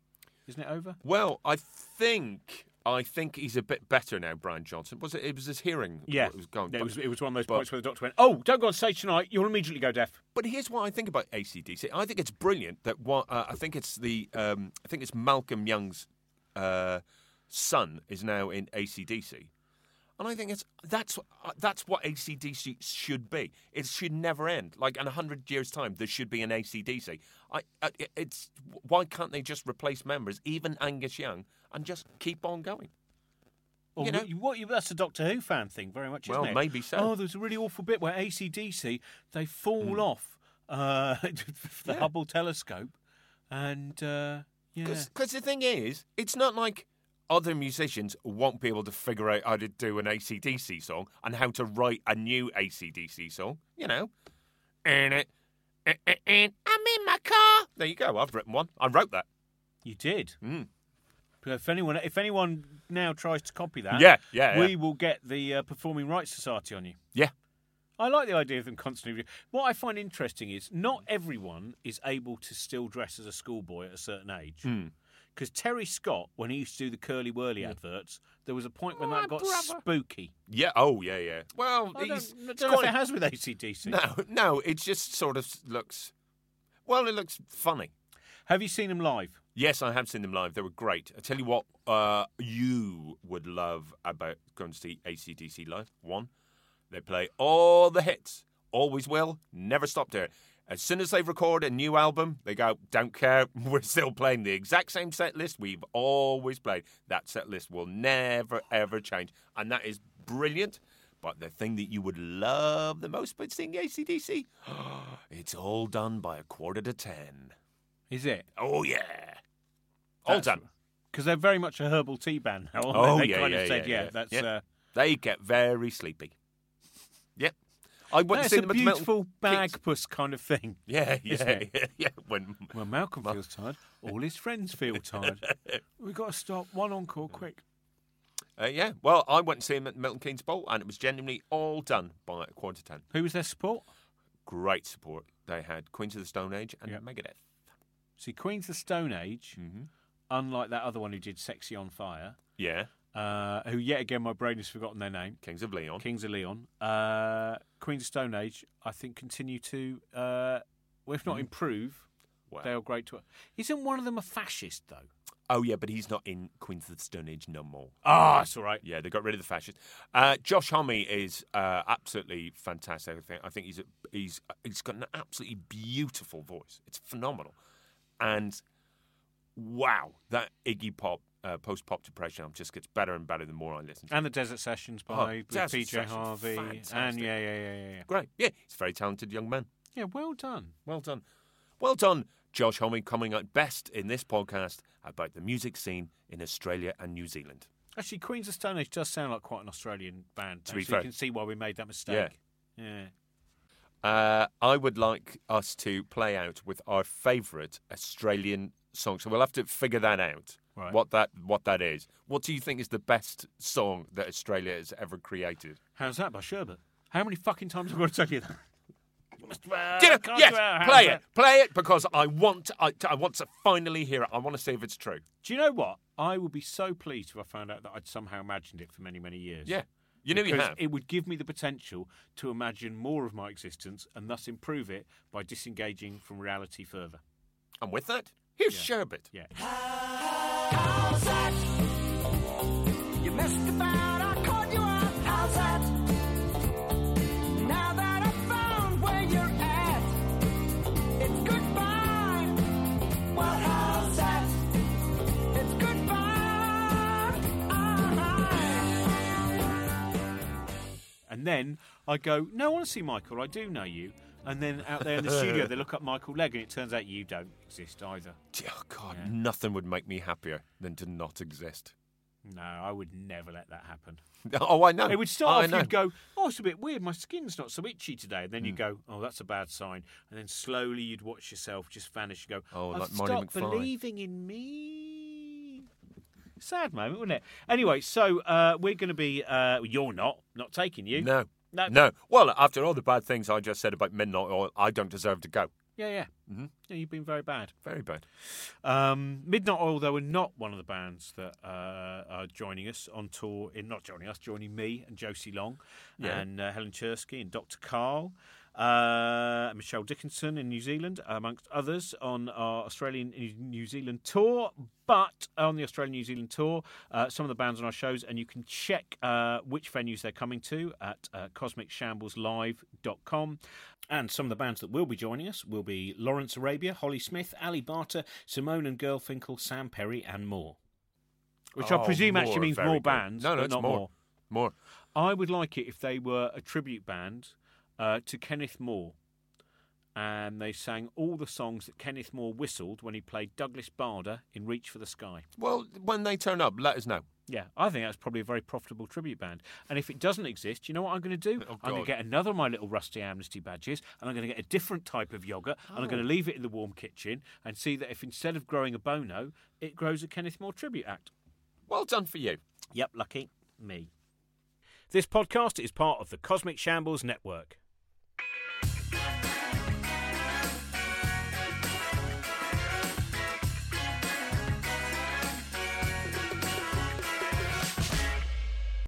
S1: Isn't it over?
S2: Well, I think I think he's a bit better now, Brian Johnson. Was it? It was his hearing.
S1: Yeah,
S2: that was gone.
S1: It
S2: But-
S1: was, it was one of those
S2: but-
S1: points where the doctor went, "Oh, don't go on stage tonight. You'll immediately go deaf."
S2: But here's what I think about ACDC. I think it's brilliant that one, uh, I think it's the um, I think it's Malcolm Young's uh, son is now in ACDC, and I think it's that's uh, that's what ACDC should be. It should never end. Like in hundred years' time, there should be an ACDC. I uh, it- it's why can't they just replace members, even Angus Young, and just keep on going?
S1: Or
S2: You know-
S1: what- what? you- That's a Doctor Who fan thing, very much.
S2: Well,
S1: isn't it?
S2: maybe so.
S1: Oh, there's a really awful bit where ACDC they fall
S2: Mm.
S1: off uh, the
S2: Yeah.
S1: Hubble telescope, and uh, yeah,
S2: Because the thing is, it's not like other musicians won't be able to figure out how to do an ACDC song and how to write a new ACDC song, you know. And it, and I'm in my car. There you go. I've written one. I wrote that.
S1: you did.
S2: Mm.
S1: But If anyone, if anyone now tries to copy that,
S2: Yeah, yeah,
S1: we
S2: yeah.
S1: will get the uh, Performing Rights Society on you.
S2: Yeah.
S1: I like the idea of them constantly. re- What I find interesting is not everyone is able to still dress as a schoolboy at a certain age.
S2: Hmm.
S1: Because Terry Scott, when he used to do the curly whirly adverts, there was a point when that got spooky.
S2: Yeah. Oh, yeah, yeah. Well,
S1: I
S2: he's,
S1: don't, I
S2: it's
S1: don't know if
S2: quite-
S1: it has with ACDC.
S2: No, no. It just sort of looks. Well, it looks funny.
S1: Have you seen him live?
S2: Yes, I have seen them live. They were great. I tell you what, uh, you would love about going to see ACDC live. One, they play all the hits, always will, never stopped it. As soon as they record a new album, they go, don't care, we're still playing the exact same set list we've always played. That set list will never, ever change. And that is brilliant. But the thing that you would love the most by seeing ACDC, it's all done by a quarter to ten.
S1: Is it?
S2: Oh, yeah. All
S1: That's-
S2: done.
S1: Because they're very much a herbal tea band now. aren't
S2: Oh,
S1: they? They
S2: yeah,
S1: kind
S2: yeah,
S1: of said,
S2: yeah,
S1: yeah,
S2: yeah.
S1: that's.
S2: Yeah.
S1: Uh,
S2: They get very sleepy. Yep. I went to
S1: that's
S2: see
S1: a
S2: them at the Milton
S1: beautiful
S2: Keynes.
S1: bag puss kind of thing.
S2: Yeah,
S1: isn't
S2: yeah,
S1: it?
S2: yeah, yeah. When
S1: Well, Malcolm feels tired. All his friends feel tired. We've got to stop. One encore, quick.
S2: uh, yeah, well, I went to see him at the Milton Keynes Bowl, and it was genuinely all done by a quarter to ten.
S1: Who was their support?
S2: Great support. They had Queens of the Stone Age and
S1: Yep.
S2: Megadeth.
S1: See, Queen's of the Stone Age,
S2: Mm-hmm.
S1: unlike that other one who did Sexy on Fire,
S2: Yeah,
S1: uh, who yet again my brain has forgotten their name.
S2: Kings of Leon.
S1: Kings of Leon, uh, Queen's of Stone Age, I think continue to, uh, well, if not improve,
S2: Mm-hmm. Wow.
S1: they are great to. Isn't one of them a fascist though?
S2: Oh yeah, but he's not in Queens of the Stone Age no more.
S1: Ah, it's all right.
S2: Yeah, they got rid of the fascists. Uh, Josh Homme is uh, absolutely fantastic. I think I think he's a, he's he's got an absolutely beautiful voice. It's phenomenal, and wow, that Iggy Pop uh, post pop depression album just gets better and better the more I listen. to it.
S1: And the Desert Sessions by
S2: Oh,
S1: with
S2: Desert
S1: PJ
S2: Sessions,
S1: Harvey, and
S2: fantastic.
S1: yeah, yeah, yeah, yeah, yeah.
S2: Great, yeah, he's a very talented young man.
S1: Yeah, well done.
S2: Well done, well done, Josh Homme, coming out best in this podcast about the music scene in Australia and New Zealand.
S1: Actually, Queens of Stone Age does sound like quite an Australian band.
S2: To
S1: though,
S2: be
S1: so
S2: fair.
S1: you can see why we made that mistake. yeah.
S2: Uh, I would like us to play out with our favourite Australian song. So we'll have to figure that out.
S1: Right.
S2: What that what that is. What do you think is the best song that Australia has ever created?
S1: How's that by Sherbet? How many fucking times have I got to tell you that?
S2: Do you know- yes, play it,
S1: Uh, it.
S2: play it because I want I, I want to finally hear it. I want to see if it's true.
S1: Do you know what? I would be so pleased if I found out that I'd somehow imagined it for many, many years.
S2: Yeah, you know you
S1: Because
S2: have.
S1: It would give me the potential to imagine more of my existence and thus improve it by disengaging from reality further.
S2: and with that, here's sherbet.
S1: Yeah.
S5: How's that? You missed about I caught you up. How's that? Now that I've found where you're at, it's goodbye. Well, how's that? It's goodbye.
S1: And then I go, No, honestly, Michael, I do know you. And then out there in the studio, they look up Michael Legg, and it turns out you don't exist either.
S2: Oh God, nothing would make me happier than to not exist.
S1: No, I would never let that happen.
S2: Oh, I know.
S1: It would start
S2: I
S1: off,
S2: know. Hmm.
S1: you'd go, oh, it's a bit weird, my skin's not so itchy today. And then you'd go, oh, that's a bad sign. And then slowly you'd watch yourself just vanish and go,
S2: Oh,
S1: I've
S2: like Marty
S1: stopped
S2: McFly.
S1: believing in me. Sad moment, wouldn't it? Anyway, so uh, we're going to be, uh, you're not, not taking you.
S2: No.
S1: No.
S2: No. Well, after all the bad things I just said about Midnight Oil, I don't deserve to go.
S1: Yeah, yeah. Mm-hmm. yeah you've been very bad.
S2: Very bad.
S1: Um, Midnight Oil, though, are not one of the bands that uh, are joining us on tour. In not joining us, joining me and Josie Long,
S2: Yeah.
S1: and uh, Helen Chersky and Dr. Carl, uh, and Michelle Dickinson in New Zealand, amongst others, on our Australian New Zealand tour. But on the Australian New Zealand tour, uh, some of the bands on our shows, and you can check uh, which venues they're coming to at uh, cosmicshambleslive.com. And some of the bands that will be joining us will be Lawrence Arabia, Holly Smith, Ali Barter, Simone and Girlfinkel, Sam Perry, and more. Which
S2: Oh,
S1: I presume
S2: more,
S1: actually means
S2: very
S1: more
S2: good.
S1: bands,
S2: No, no,
S1: but
S2: it's
S1: not
S2: more.
S1: more.
S2: More.
S1: I would like it if they were a tribute band uh, to Kenneth Moore, and they sang all the songs that Kenneth Moore whistled when he played Douglas Bader in Reach for the Sky.
S2: Well, when they turn up, let us know.
S1: Yeah, I think that's probably a very profitable tribute band. And if it doesn't exist, you know what I'm going to do?
S2: Oh,
S1: I'm going
S2: God.
S1: to get another of my little rusty amnesty badges, and I'm going to get a different type of yogurt, and I'm going to leave it in the warm kitchen and see that if instead of growing a bono, it grows a Kenneth Moore tribute act.
S2: Well done for you.
S1: Yep, lucky me. This podcast is part of the Cosmic Shambles Network.